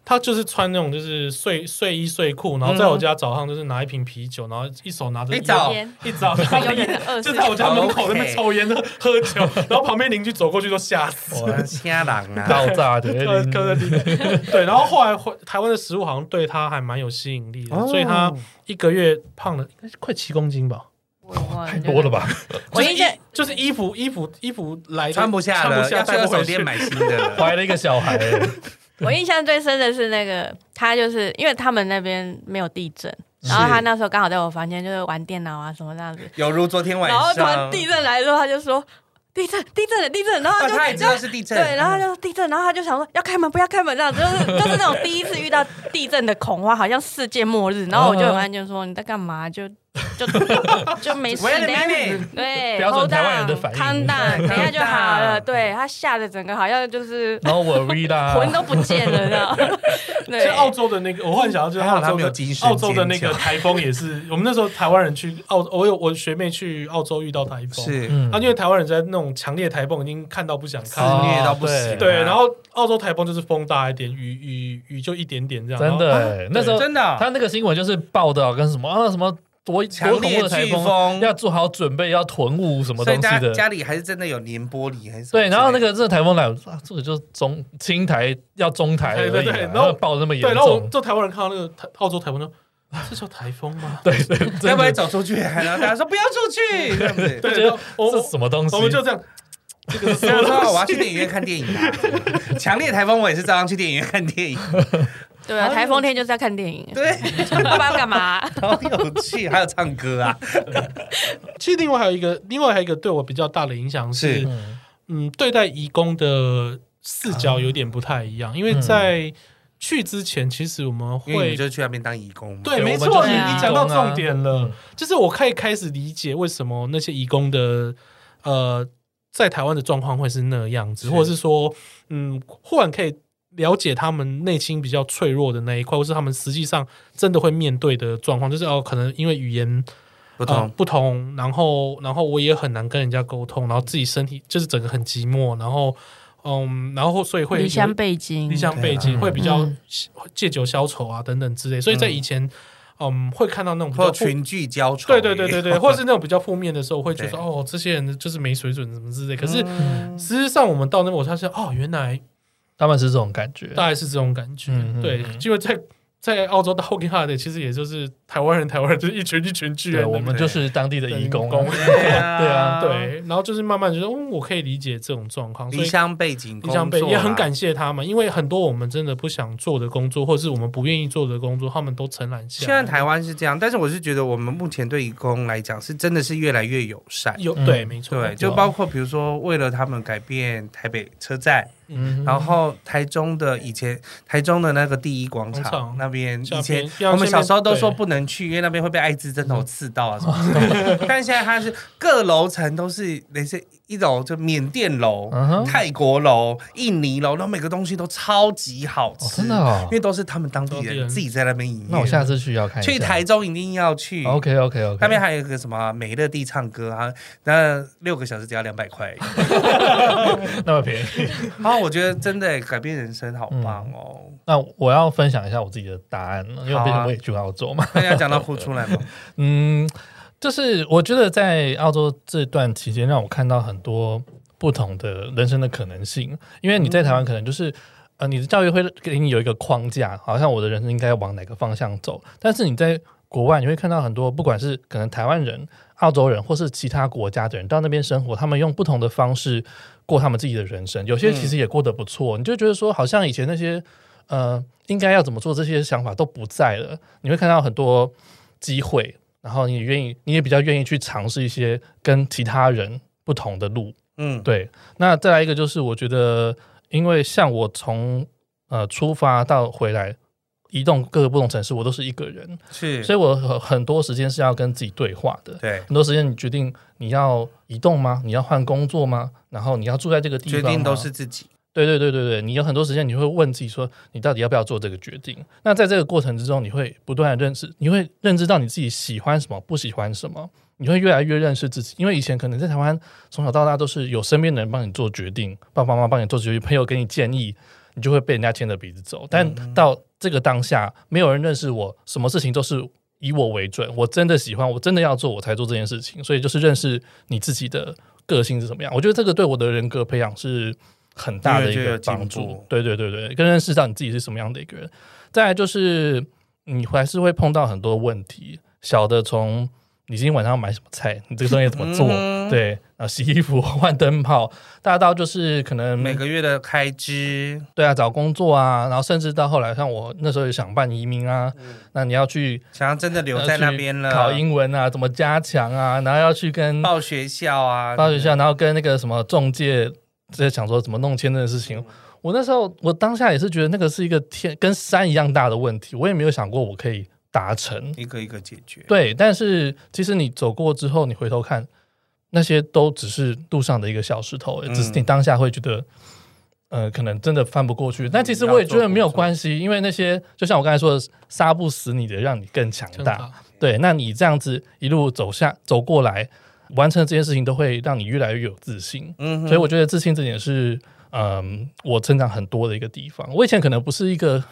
S3: 他就是穿那种就是睡睡衣睡裤，然后
S2: 嗯
S3: 在我家早上就是拿一瓶啤酒，然后一手拿着
S2: 一早
S4: 烟
S3: 一早
S4: 永远的二十
S3: 就在我家门口那边抽烟喝 喝酒，然后旁边邻居走过去都 吓死。
S2: 我的瞎 狼啊！
S1: 爆炸的，
S3: 对 对，然后后来回台湾的食物好像对他还蛮有吸引力的，
S2: 哦
S3: 所以他一个月胖了应该是快七公斤吧。
S1: 太多了？吧？
S4: 我
S3: 就是
S4: 印
S3: 衣
S4: 象
S3: 就是衣服衣服衣服来的
S2: 穿不下
S3: 穿
S2: 了，
S3: 不下
S2: 要去
S3: 带
S2: 二
S3: 不回
S2: 手
S3: 去
S2: 店。买新的了。
S1: 怀了一个小孩，
S4: 我印象最深的是那个他就是因为他们那边没有地震，然后他
S2: 是
S4: 那时候刚好在我房间就是玩电脑啊什么这样子，
S2: 有如昨天晚
S4: 然后突然
S2: 上，
S4: 地震来的时候，他就说地震地震了地震，然后
S2: 啊，
S4: 就、
S2: 他也知道是地震，嗯
S4: 对，然后他就地震，然后他就想说要开门不要开门这样子，就是 就是那种第一次遇到地震的恐慌，好像世界末日。然后我就
S2: 哦
S4: 很安静说你在干嘛？就就 就没事，
S2: Wait a
S4: 等一下
S2: minute
S4: 对，
S1: 标准
S4: hold
S1: 台湾人的
S4: down，
S1: 反应
S4: calm down，等一下就好了。
S2: calm down
S4: 对他吓得整个好像就是
S1: 然后我 read 啊，
S4: 魂都不见了，这样。
S3: 其
S4: 对
S3: 实，
S2: 哦
S3: 澳洲的那个，我幻想就是
S2: 还好
S3: 澳
S2: 他
S3: 洲
S2: 没有
S3: 的
S2: 精神
S3: 澳洲的那
S2: 坚
S3: 个
S2: 强
S3: 台风也是，我们那时候台湾人去澳，我有我学妹去澳洲遇到台风，
S2: 是
S1: 嗯
S3: 啊，因为台湾人在那种强烈台风已经看到不想
S2: 肆
S3: 看，
S2: 虐到不
S1: 哦
S2: 行，啊
S3: 对，然后澳洲台风就是风大一点，雨雨雨就一点点这样，
S1: 真的
S3: 然后
S1: 欸，那时候
S2: 真的啊
S1: 他那个新闻就是报道跟什么啊什么多
S2: 强
S1: 多恐
S2: 烈
S1: 怖的台
S2: 飓风
S1: 要做好准备，要囤物什么
S2: 所
S1: 东
S2: 以
S1: 西
S2: 家
S1: 的。
S2: 家里还是真的有粘玻璃还是什么之类的
S1: 对，然后那个这台风来，啊这个就是中青台要中台而已啊，
S3: 对对对然
S1: 然
S3: 后
S1: 后报得那么严
S3: 对，然后我
S1: 重，
S3: 做台湾人看到那个台澳洲台风说，这叫台风 吗？
S1: 对 对，真的
S2: 要不要走出去？ 然后大家说不要出去，这样子。
S1: 就
S3: 对
S1: 觉
S3: 然
S1: 得
S3: 后我
S1: 这是什么东西？
S3: 我们就这样，这个是
S2: 所以我说我要去电影院看电影啊！ 强烈台风，我也是照样去电影院看电影，
S4: 对啊，台风天就是要看电影，
S2: 对，
S4: 爸爸要干 嘛？
S2: 好有趣，还有唱歌 啊，
S3: 其实另外还有一个，另外还有一个对我比较大的影响是，
S2: 是
S1: 嗯
S3: 嗯，对待移工的视角有点不太一样，因为
S1: 嗯
S3: 在去之前，其实我们
S2: 因为
S3: 会
S2: 你就去那边当义工嘛。
S3: 对，
S1: 对
S3: 没
S1: 我们
S3: 错，
S1: 就是
S3: 你
S4: 移
S3: 你讲到
S1: 工啊
S3: 重点了，就是我可以开始理解为什么那些移工的呃，在台湾的状况会是那样子，
S2: 是
S3: 或者是说，嗯，忽然可以了解他们内心比较脆弱的那一块，或是他们实际上真的会面对的状况，就是哦，可能因为语言
S2: 不
S1: 嗯
S3: 呃
S2: 同，
S3: 不同，然后然后我也很难跟人家沟通，然后自己身体就是整个很寂寞，然后嗯，然后所以会
S4: 离乡
S3: 有
S4: 背景，
S3: 理想背景
S1: 嗯
S3: 会比较
S4: 嗯
S3: 借酒消愁啊等等之类，所以在以前，嗯，会看到那种比
S2: 或
S3: 较
S2: 者
S3: 负
S2: 群聚交愁。
S3: 对对对对 对，或是那种比较负面的时候，会觉得
S2: 对
S3: 哦，这些人就是没水准什么之类。可是
S2: 嗯
S3: 事实上，我们到那边，我发现哦，原来
S1: 他们是这种感觉，
S3: 大概是这种感觉
S1: 嗯嗯。
S3: 对
S1: 嗯，
S3: 因为在在澳洲的 Hogging Hard，其实也就是台湾人，台湾人就是一群一群聚在
S1: 对，
S3: 那边，
S1: 我们就是当地的
S3: 对
S1: 义工
S3: 工
S1: 啊，
S2: 对啊，
S3: 对，然后就是慢慢觉得，嗯，我可以理解这种状况，所
S2: 离
S3: 以
S2: 乡背景工
S3: 影
S2: 作啊，
S3: 响被也很感谢他们，因为很多我们真的不想做的工作，或是我们不愿意做的工作，他们都承揽下
S2: 现
S3: 来。
S2: 在台湾是这样，但是我是觉得我们目前对义工来讲是真的是越来越友善。
S3: 有
S1: 嗯
S3: 对，没错，
S2: 对，就包括比如说，为了他们改变台北车站，
S1: 嗯
S2: 然后台中的以前台中的那个第一广
S3: 广场
S2: 场那边，
S3: 下
S2: 以前
S3: 边要
S2: 我们小时候都
S3: 下
S2: 说
S3: 面
S2: 不能去，因为那边会被艾滋针头刺到啊什么 的。但现在它是各楼层都是类似一楼就缅甸楼、
S1: 嗯哼
S2: 泰国楼、印尼楼，然后每个东西都超级好
S1: 哦
S2: 吃，
S1: 真的哦
S2: 因，为都是他们当地
S3: 当地
S2: 人
S3: 人
S2: 自己在那边营业。
S1: 那我下次去要看一下
S2: 去台中一定要去。
S1: ，OK OK OK，
S2: 那边还有一个什么美乐蒂唱歌啊，那六个小时只要两百 块。
S1: 那么便宜。
S2: 然后我觉得真的改变人生好棒哦！
S1: 那我要分享一下我自己的答案，因为
S2: 好啊
S1: 毕竟我也去澳洲嘛。
S2: 那你要讲到哭出来吗？
S1: 嗯，就是我觉得在澳洲这段期间，让我看到很多不同的人生的可能性。因为你在台湾可能就是。呃，你的教育会给你有一个框架，好像我的人生应该往哪个方向走。但是你在国外，你会看到很多，不管是可能台湾人、澳洲人，或是其他国家的人到那边生活，他们用不同的方式过他们自己的人生。有些其实也过得不错，你就觉得说，好像以前那些呃应该要怎么做这些想法都不在了。你会看到很多机会，然后你愿意，你也比较愿意去尝试一些跟其他人不同的路。
S2: 嗯，
S1: 对，那再来一个就是，我觉得，因为像我从呃出发到回来，移动各个不同城市，我都是一个人，
S2: 是，
S1: 所以我很很多时间是要跟自己对话的。
S2: 对，
S1: 很多时间你决定你要移动吗？你要换工作吗？然后你要住在这个地
S2: 决
S1: 方吗
S2: 定都是自己。
S1: 对对对对对，你有很多时间，你会问自己说，你到底要不要做这个决定？那在这个过程之中，你会不断的认识，你会认知到你自己喜欢什么，不喜欢什么，你会越来越认识自己。因为以前可能在台湾从小到大都是有身边的人帮你做决定，爸爸妈妈帮你做决定，朋友给你建议，你就会被人家牵着鼻子走。
S2: 嗯
S1: 但到这个当下，没有人认识我，什么事情都是以我为准，我真的喜欢，我真的要做，我才做这件事情。所以就是认识你自己的个性是怎么样。我觉得这个对我的人格培养是很大的一
S2: 因为就
S1: 个
S2: 有进
S1: 帮助
S2: 步。
S1: 对对对对，更认识到你自己是什么样的一个人。再来就是你还是会碰到很多问题，小的从你今天晚上要买什么菜，你这个东西怎么做，
S2: 嗯
S1: 对啊，洗衣服、 换灯泡，大到就是可能
S2: 每个月的开支，
S1: 对啊，找工作啊，然后甚至到后来，像我那时候也想办移民啊，那你要去
S2: 想要真的嗯留在那边了，
S1: 要去考英文啊，怎么加强啊，然后要去跟
S2: 报学校啊，
S1: 报学校，然后跟那个什么中介在想说怎么弄签证的事
S2: 嗯
S1: 情。我那时候，我当下也是觉得那个是一个天跟山一样大的问题，我也没有想过我可以达成。
S2: 一个一个解决。
S1: 对，但是其实你走过之后，你回头看，那些都只是路上的一个小石头，
S2: 嗯
S1: 只是你当下会觉得，呃，可能真的翻不
S2: 嗯
S1: 过去。但其实我也觉得没有关系，因为那些就像我刚才说的，杀不死你的，让你更强
S3: 真
S1: 大。
S3: 的，。
S1: 对，那你这样子一路走下走过来，完成这件事情，都会让你越来越有自信。
S2: 嗯哼，
S1: 所以我觉得自信这点是，嗯，我成长很多的一个地方。我以前可能不是一个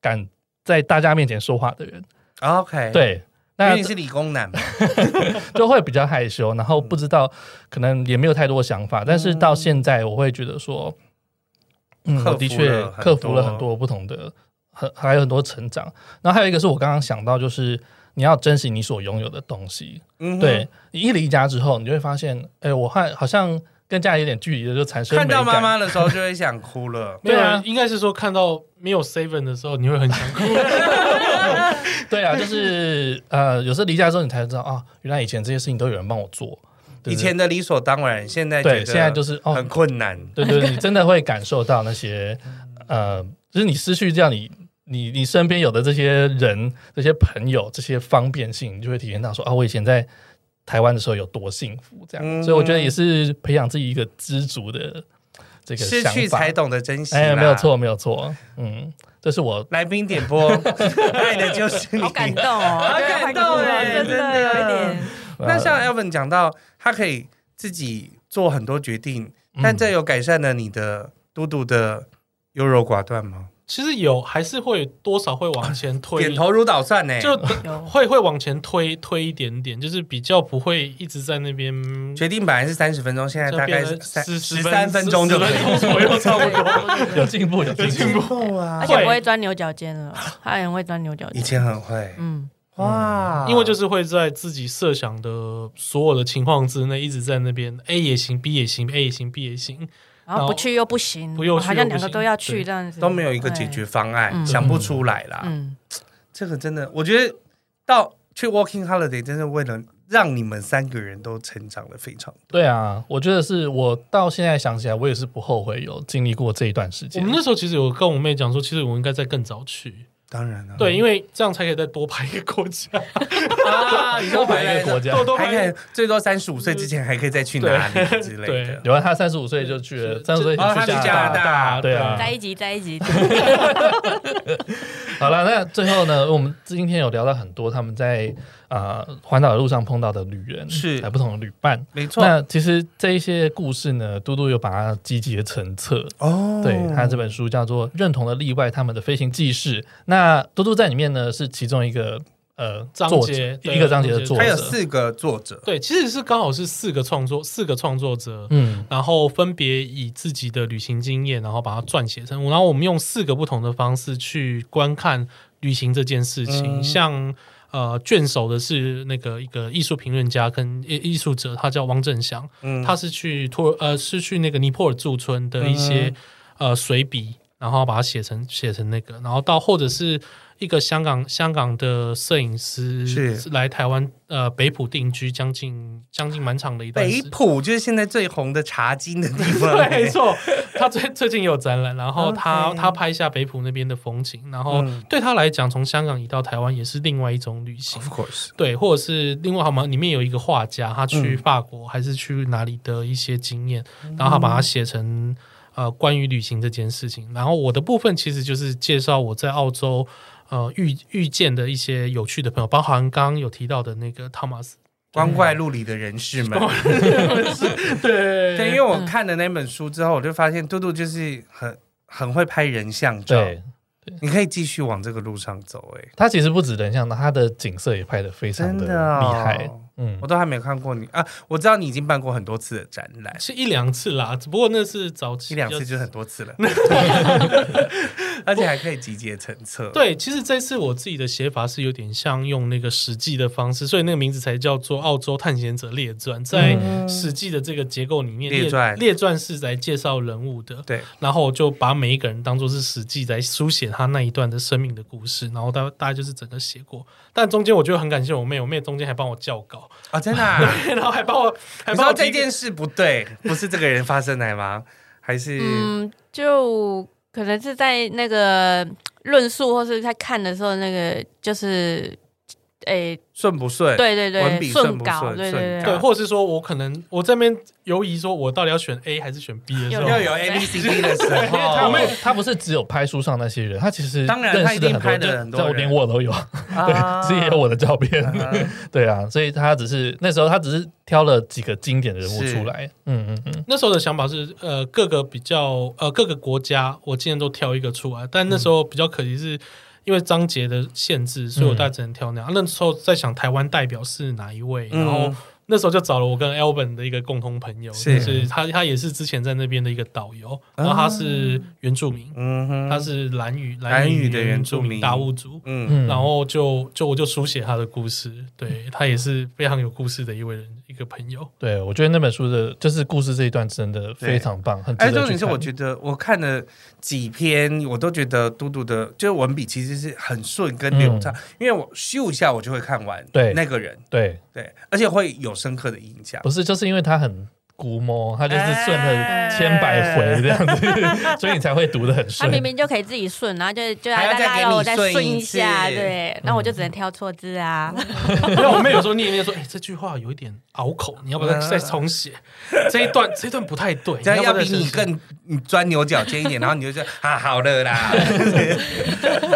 S1: 敢在大家面前说话的人，
S2: 哦 OK，，
S1: 对。
S2: 哎因
S1: 那
S2: 为你是理工男嘛，
S1: 就会比较害羞，然后不知道，可能也没有太多想法。但是到现在，我会觉得说，嗯，
S2: 嗯克服
S1: 我的确
S2: 了很
S1: 克服了
S2: 多
S1: 很多不同的，很还有很多成长。然后还有一个是我刚刚想到，就是你要珍惜你所拥有的东西。
S2: 嗯哼
S1: 对，你一离家之后，你就会发现，哎，我和好像跟家里有点距离了，就产生
S2: 看到
S1: 美
S2: 妈
S1: 感
S2: 妈的时候就会想哭了
S3: 没
S1: 对啊
S3: 有，应该是说看到没有 seven 的时候，你会很 想哭。
S1: 对啊，就是呃，有时候离家之后，你才知道啊，原来以前这些事情都有人帮我做。对
S2: 以前的理所当然，现在
S1: 对，现在就是是哦，
S2: 很困难。
S1: 对对，你真的会感受到那些，呃，就是你失去掉你你你身边有的这些人、这些朋友、这些方便性，你就会体验到说啊，我以前在台湾的时候有多幸福这样。
S2: 嗯
S1: 所以我觉得也是培养自己一个知足的这个
S2: 失
S1: 想
S2: 去
S1: 法
S2: 才。啊懂得珍惜，
S1: 哎，没有。错，没有错，嗯，这是我
S2: 来宾点 播，爱的就是你。
S4: 好感 动哦，好
S2: 感动哎
S4: 真的有一
S2: 真
S4: 点
S2: 的。
S1: 呃
S2: 那像 Elvin 讲到，他可以自己做很多决定，
S1: 嗯
S2: 但这有改善了你的嘟嘟的优柔寡断吗？
S3: 其实有，还是会多少会往前推，
S2: 点头如捣蒜呢，
S3: 就
S4: 有
S3: 会会往前推推一点点，就是比较不会一直在 那边。
S2: 决定本来是三十分钟，现在大概是三
S3: 十
S2: 十三分钟就可以。
S3: 左右，差 不多。
S1: 有进步，有进步。
S2: 步啊
S4: 而且不会钻牛角尖了，他很会钻牛角
S2: 以
S4: 尖。
S2: 前很会
S4: 嗯，
S2: 哇，
S3: 因为就是会在自己设想的所有的情况之内，一直在那边 A 也行，B 也行，A 也行，B 也行，
S4: 然后不去又不行，
S3: 不又去
S4: 好像两
S3: 又
S4: 个
S3: 不行
S4: 都要去这样子，
S2: 都没有一个解决方案，
S4: 嗯
S2: 想不出来啦。
S4: 对。嗯，
S2: 这个真的，我觉得到去 Walking Holiday 真的为了让你们三个人都成长的非常多。
S1: 对啊，我觉得是我到现在想起来，我也是不后悔有经历过这一段时
S3: 我
S1: 间
S3: 们。那时候其实有跟我妹讲说，其实我应该再更早去，
S2: 当然了，
S3: 对，因为这样才可以再多拍一个 国家，
S2: 啊，你说
S1: 多
S2: 回
S1: 买
S2: 来
S1: 一个国
S2: 了
S1: 家，
S3: 多多
S2: 还
S3: 拍
S2: 可
S3: 一
S2: 以
S3: 个。
S2: 最多三十五岁之前还可以再去哪里之类的
S3: 对。
S1: 有啊，他三十五岁就去了，三十岁已经
S2: 哦，他去加拿
S1: 拿大。
S2: 大，
S1: 对啊
S4: 再一集，再一集，
S1: 好了，那最后呢，我们今天有聊到很多他们在啊环岛的路上碰到的旅人，
S2: 是
S1: 还有不同的旅伴。
S2: 没错。
S1: 那其实这一些故事呢，嘟嘟有把它集结成册。
S2: 哦
S1: 对他这本书叫做《认同的例外：他们的飞行记事》。那嘟嘟在里面呢是其中一个呃
S3: 章
S1: 作
S3: 节
S1: 者
S3: 对
S1: 一个章节的作
S2: 他有
S1: 者，
S2: 四个作者，
S3: 对，其实是刚好是四个创作，四个创作者，
S1: 嗯，
S3: 然后分别以自己的旅行经验，然后把它撰写成。然后我们用四个不同的方式去观看旅行这件事情，
S2: 嗯
S3: 像。呃，卷首的是那个一个艺术评论家跟艺艺术者，他叫汪正祥，
S2: 嗯
S3: 他是去土耳呃是去那个尼泊尔驻村的一些、
S2: 嗯
S3: 呃随笔，然后把它写成写成那个，然后到或者是一个香港香港的摄影师
S2: 是
S3: 来台湾呃北浦定居将近将近蛮长的一段时
S2: 北
S3: 间。
S2: 浦就是现在最红的茶经的地方，
S3: 对， 没错，他最最近也有展览，然后他
S2: OK
S3: 他拍下北浦那边的风景，然后
S2: 嗯
S3: 对他来讲，从香港移到台湾也是另外一种旅行。
S2: ，Of course，
S3: 对，或者是另外好吗？里面有一个画家，他去
S2: 嗯
S3: 法国还是去哪里的一些经验，然后他把它写成呃关于旅行这件事情。然后我的部分其实就是介绍我在澳洲呃遇遇见的一些有趣的朋友，包含刚刚有提到的那个汤马斯，
S2: 光怪陆离的人士们。
S3: 对
S2: 对，因为我看了那本书之后，我就发现嘟嘟就是很很会拍人像照，
S1: 对。
S2: 你可以继续往这个路上走，哎，
S1: 他其实不止人像，他的景色也拍的非常
S2: 真
S1: 的
S2: 的哦
S1: 厉害，嗯
S2: 我，都还没有看过你啊！我知道你已经办过很多次的展览，
S3: 是一两次啦，只不过那是早期
S2: 一两次
S3: 比较
S2: 就很多次了， 而且还可以集结成册。，
S3: 对，其实这次我自己的写法是有点像用那个《史记》的方式，所以那个名字才叫做《澳洲探险者列
S2: 嗯
S3: 传》。在《史记》的这个结构里面，
S2: 列传
S3: 列传是来介绍人物的，
S2: 对，
S3: 然后我就把每一个人当做是《史记》来书写他那一段的生命的故事，然后大大概就是整个写过。但中间我就很感谢我妹，我妹中间还帮我校稿，
S2: 哦，真的、啊，
S3: 然后还帮我还
S2: 你
S3: 帮
S2: 说
S3: 我
S2: 这
S3: 提
S2: 件事不对，不是这个人发生的吗？还是、
S4: 嗯，就可能是在那个论述或是在看的时候，那个就是，诶、
S2: 顺不顺？
S4: 对对
S2: 文
S4: 对，
S2: 笔
S4: 顺
S2: 顺不
S4: 稿，
S2: 顺
S4: 对
S2: 顺
S4: 对
S3: 对，
S4: 对
S2: 稿，
S3: 或者是说我可能我这边犹疑，说我到底要选 A 还是选 B 的时候，
S2: 要有 A B C D 的时 候，
S1: 因为他不是只有拍书上那些人，他其实
S2: 当然他一定
S1: 认识
S2: 拍
S1: 很
S2: 的
S1: 多人，
S2: 很
S1: 就
S2: 多
S1: 就
S2: 人
S1: 连我都有，
S2: 啊
S1: 对，其实也有我的照片，
S2: 嗯
S1: 对啊，所以他只是那时候他只是挑了几个经典的人物
S2: 是
S1: 出来，嗯嗯嗯，
S3: 那时候的想法是，呃，各个比较呃各个国家，我今年都挑一个出来。但那时候比较可惜是，因为章节的限制，所以我大概只能挑那样。那时候在想台湾代表是哪一位，
S2: 嗯
S3: 然后那时候就找了我跟 Elvin 的一个共同朋友，
S2: 是哦
S3: 就是他他也是之前在那边的一个导游，然后他是原住民，
S2: 嗯哼，
S3: 他是兰屿
S2: 兰屿的原
S3: 原
S2: 住
S3: 住
S2: 民
S3: 民达悟族。
S2: 嗯，
S1: 嗯
S3: 然后就就我就书写他的故事，对他也是非常有故事的一位人，一个朋友。
S1: 对，我觉得那本书的就是故事这一段真的非常棒，很值
S2: 哎，
S1: 得
S2: 重
S1: 去
S2: 点是
S1: 看
S2: 我觉得我看了几篇，我都觉得嘟嘟的，就是文笔其实是很顺跟流畅，因为我咻一下我就会看完
S1: 嗯对
S2: 那个人，
S1: 对，
S2: 对，而且会有深刻的印象。
S1: 不是就是因为他很。估摸，他就是
S2: 哎
S1: 顺了千百回这样 子，所以你才会读的很
S4: 他
S1: 顺。
S4: 明明就可以自己顺，然后就就
S2: 还要
S4: 拉
S2: 再
S4: 拉
S2: 给
S4: 让
S2: 你
S4: 我再
S2: 顺
S4: 顺
S2: 一
S4: 一下，
S2: 次嗯
S4: 对，那我就只能挑错字啊。
S3: 那我妹有时候念一念说：“哎、这句话有一点拗口，你要不要再再重写？这一段这一段不太对，
S2: 嗯这样要
S3: 不
S2: 比
S3: 再
S2: 你
S3: 重写
S2: 更你钻牛角尖一点，然后你就说啊，好了 啦，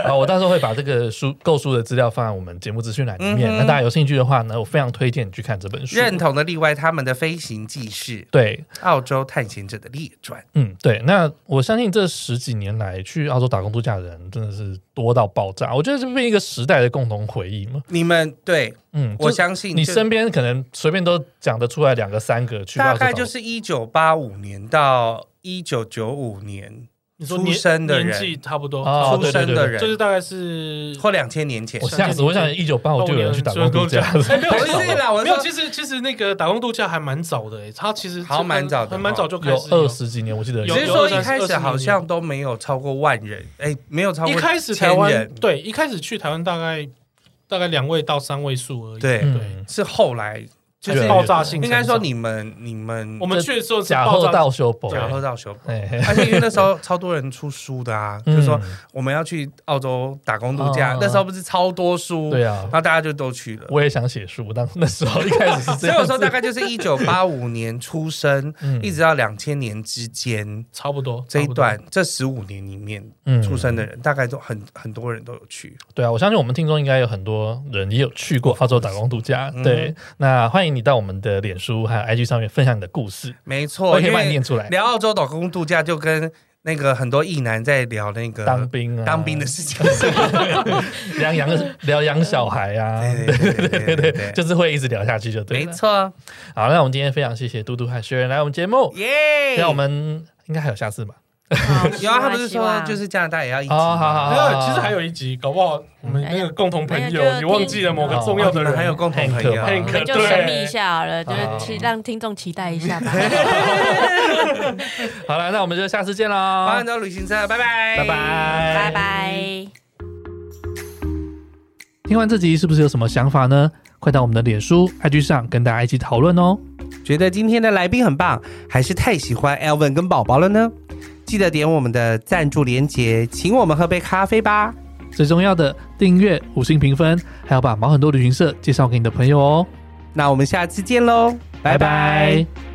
S1: 啊，我到时候会把这个书购书的资料放在我们节目资讯栏里面。
S2: 嗯哼
S1: 那大家有兴趣的话呢，我非常推荐你去看这本书。
S2: 认同的例外，他们的飞行记事，
S1: 对，
S2: 澳洲探险者的列传，
S1: 嗯，对。那我相信这十几年来去澳洲打工度假的人真的是多到爆炸，我觉得这变一个时代的共同回忆嘛。
S2: 你们对
S1: 嗯，
S2: 我
S1: 就
S2: 相信
S1: 你
S2: 就
S1: 身边可能随便都讲得出来两个三个去澳
S2: 大
S1: 洲
S2: 概
S1: 打
S2: 就
S1: 工，
S2: 是一九八五年到一九九五年
S3: 你说
S2: 出
S3: 年
S2: 生的人
S3: 年纪差不多，
S1: 哦
S2: 出
S1: 对对
S2: 生的
S1: 对
S2: 人，
S3: 就是大概是
S2: 或两千年前
S1: 我。吓哦死，我想一九八五就有人去打工度假 了。
S3: 哎没有
S2: 不是啦，我
S3: 没有，
S2: 说
S3: 其实其实那个打工度假还蛮早的、哎，他其实
S2: 好像蛮早的
S3: 还蛮早就开
S1: 哦有
S3: 始
S1: 二，十几年，我记得
S2: 只
S3: 有
S2: 是
S3: 有
S2: 说
S3: 有
S2: 一开始
S3: 20
S2: 好像都没有超过万人，哎，没有超过
S3: 一开始台
S2: 千
S3: 湾
S2: 人，
S3: 对，一开始去台湾大概大概两位到三位数而已，
S2: 对
S1: 嗯，
S2: 是后来就
S1: 对
S2: 是
S1: 对
S3: 爆炸性成长。
S2: 应该说你们你们
S3: 我们去的时候是
S1: 假
S3: 爆
S1: 后
S3: 炸
S1: 到修补，
S2: 假喝到手吧，
S1: 哎，
S2: 而且因为那时候超多人出书的啊，就是说
S1: 嗯
S2: 我们要去澳洲打工度假
S1: 哦，
S2: 那时候不是超多书，
S1: 对啊
S2: 然，后大家就都去了。
S1: 我也想写书，但那时候一开始是这
S2: 所以我
S1: 样子
S2: 说，大概就是一九八五年出生，
S1: 嗯
S2: 一直到两千年之间
S3: 差不多
S2: 这一，
S3: 差
S2: 段，这十五年里面
S1: 嗯
S2: 出生的人，大概都很很多人都有去。
S1: 对啊，我相信我们听众应该有很多人也有去过澳洲打工度假。
S2: 嗯
S1: 对，那欢迎你到我们的脸书还有 IG 上面分享你的故事，
S2: 没错，
S1: 我也
S2: 哦因
S1: 可以帮你
S2: 为
S1: 念出来。
S2: 聊澳洲打工度假，就跟那个很多异男在聊那个
S1: 当兵啊，
S2: 呃当兵 的事情。
S1: 聊养聊养小孩 啊，
S2: 对对对对对对
S1: 就是会一直聊下去就对
S2: 没
S1: 了。
S2: 错，
S1: 好，那我们今天非常谢谢嘟嘟和学员来我们节目，
S2: 耶！
S1: 那我们应该还有下次吧？
S2: 有啊，他不是说就是是加拿大也要一起啊
S1: 哦
S2: 吗？
S1: 好好
S3: 不
S1: 好
S3: 多还有其实还有一集，搞不好我
S2: 嗯
S3: 们那个共同朋友，你忘记了某个重要
S2: 哦你
S3: 的
S2: 们
S3: 人，
S2: 还有共同朋友，啊
S1: Hank
S4: 我
S3: Hank
S4: 们就
S3: 对
S4: 神秘一下好了，就
S1: 好
S4: 是期让听众期待一 下吧。
S1: 好了，那我们就下次见喽，
S2: 华安州旅行社，拜拜，
S1: 拜拜，。拜
S4: 拜拜。
S1: 听完这集是不是有什么想法呢？快到我们的脸书、IG 上跟大家一起讨论哦。
S2: 觉得今天的来宾很棒，还是太喜欢 Elvin 跟宝宝了呢？记得点我们的赞助连结，请我们喝杯咖啡吧。
S1: 最重要的，订阅、五星评分，还要把毛很多旅行社介绍给你的朋友哦。
S2: 那我们下次见喽，拜拜
S1: 拜拜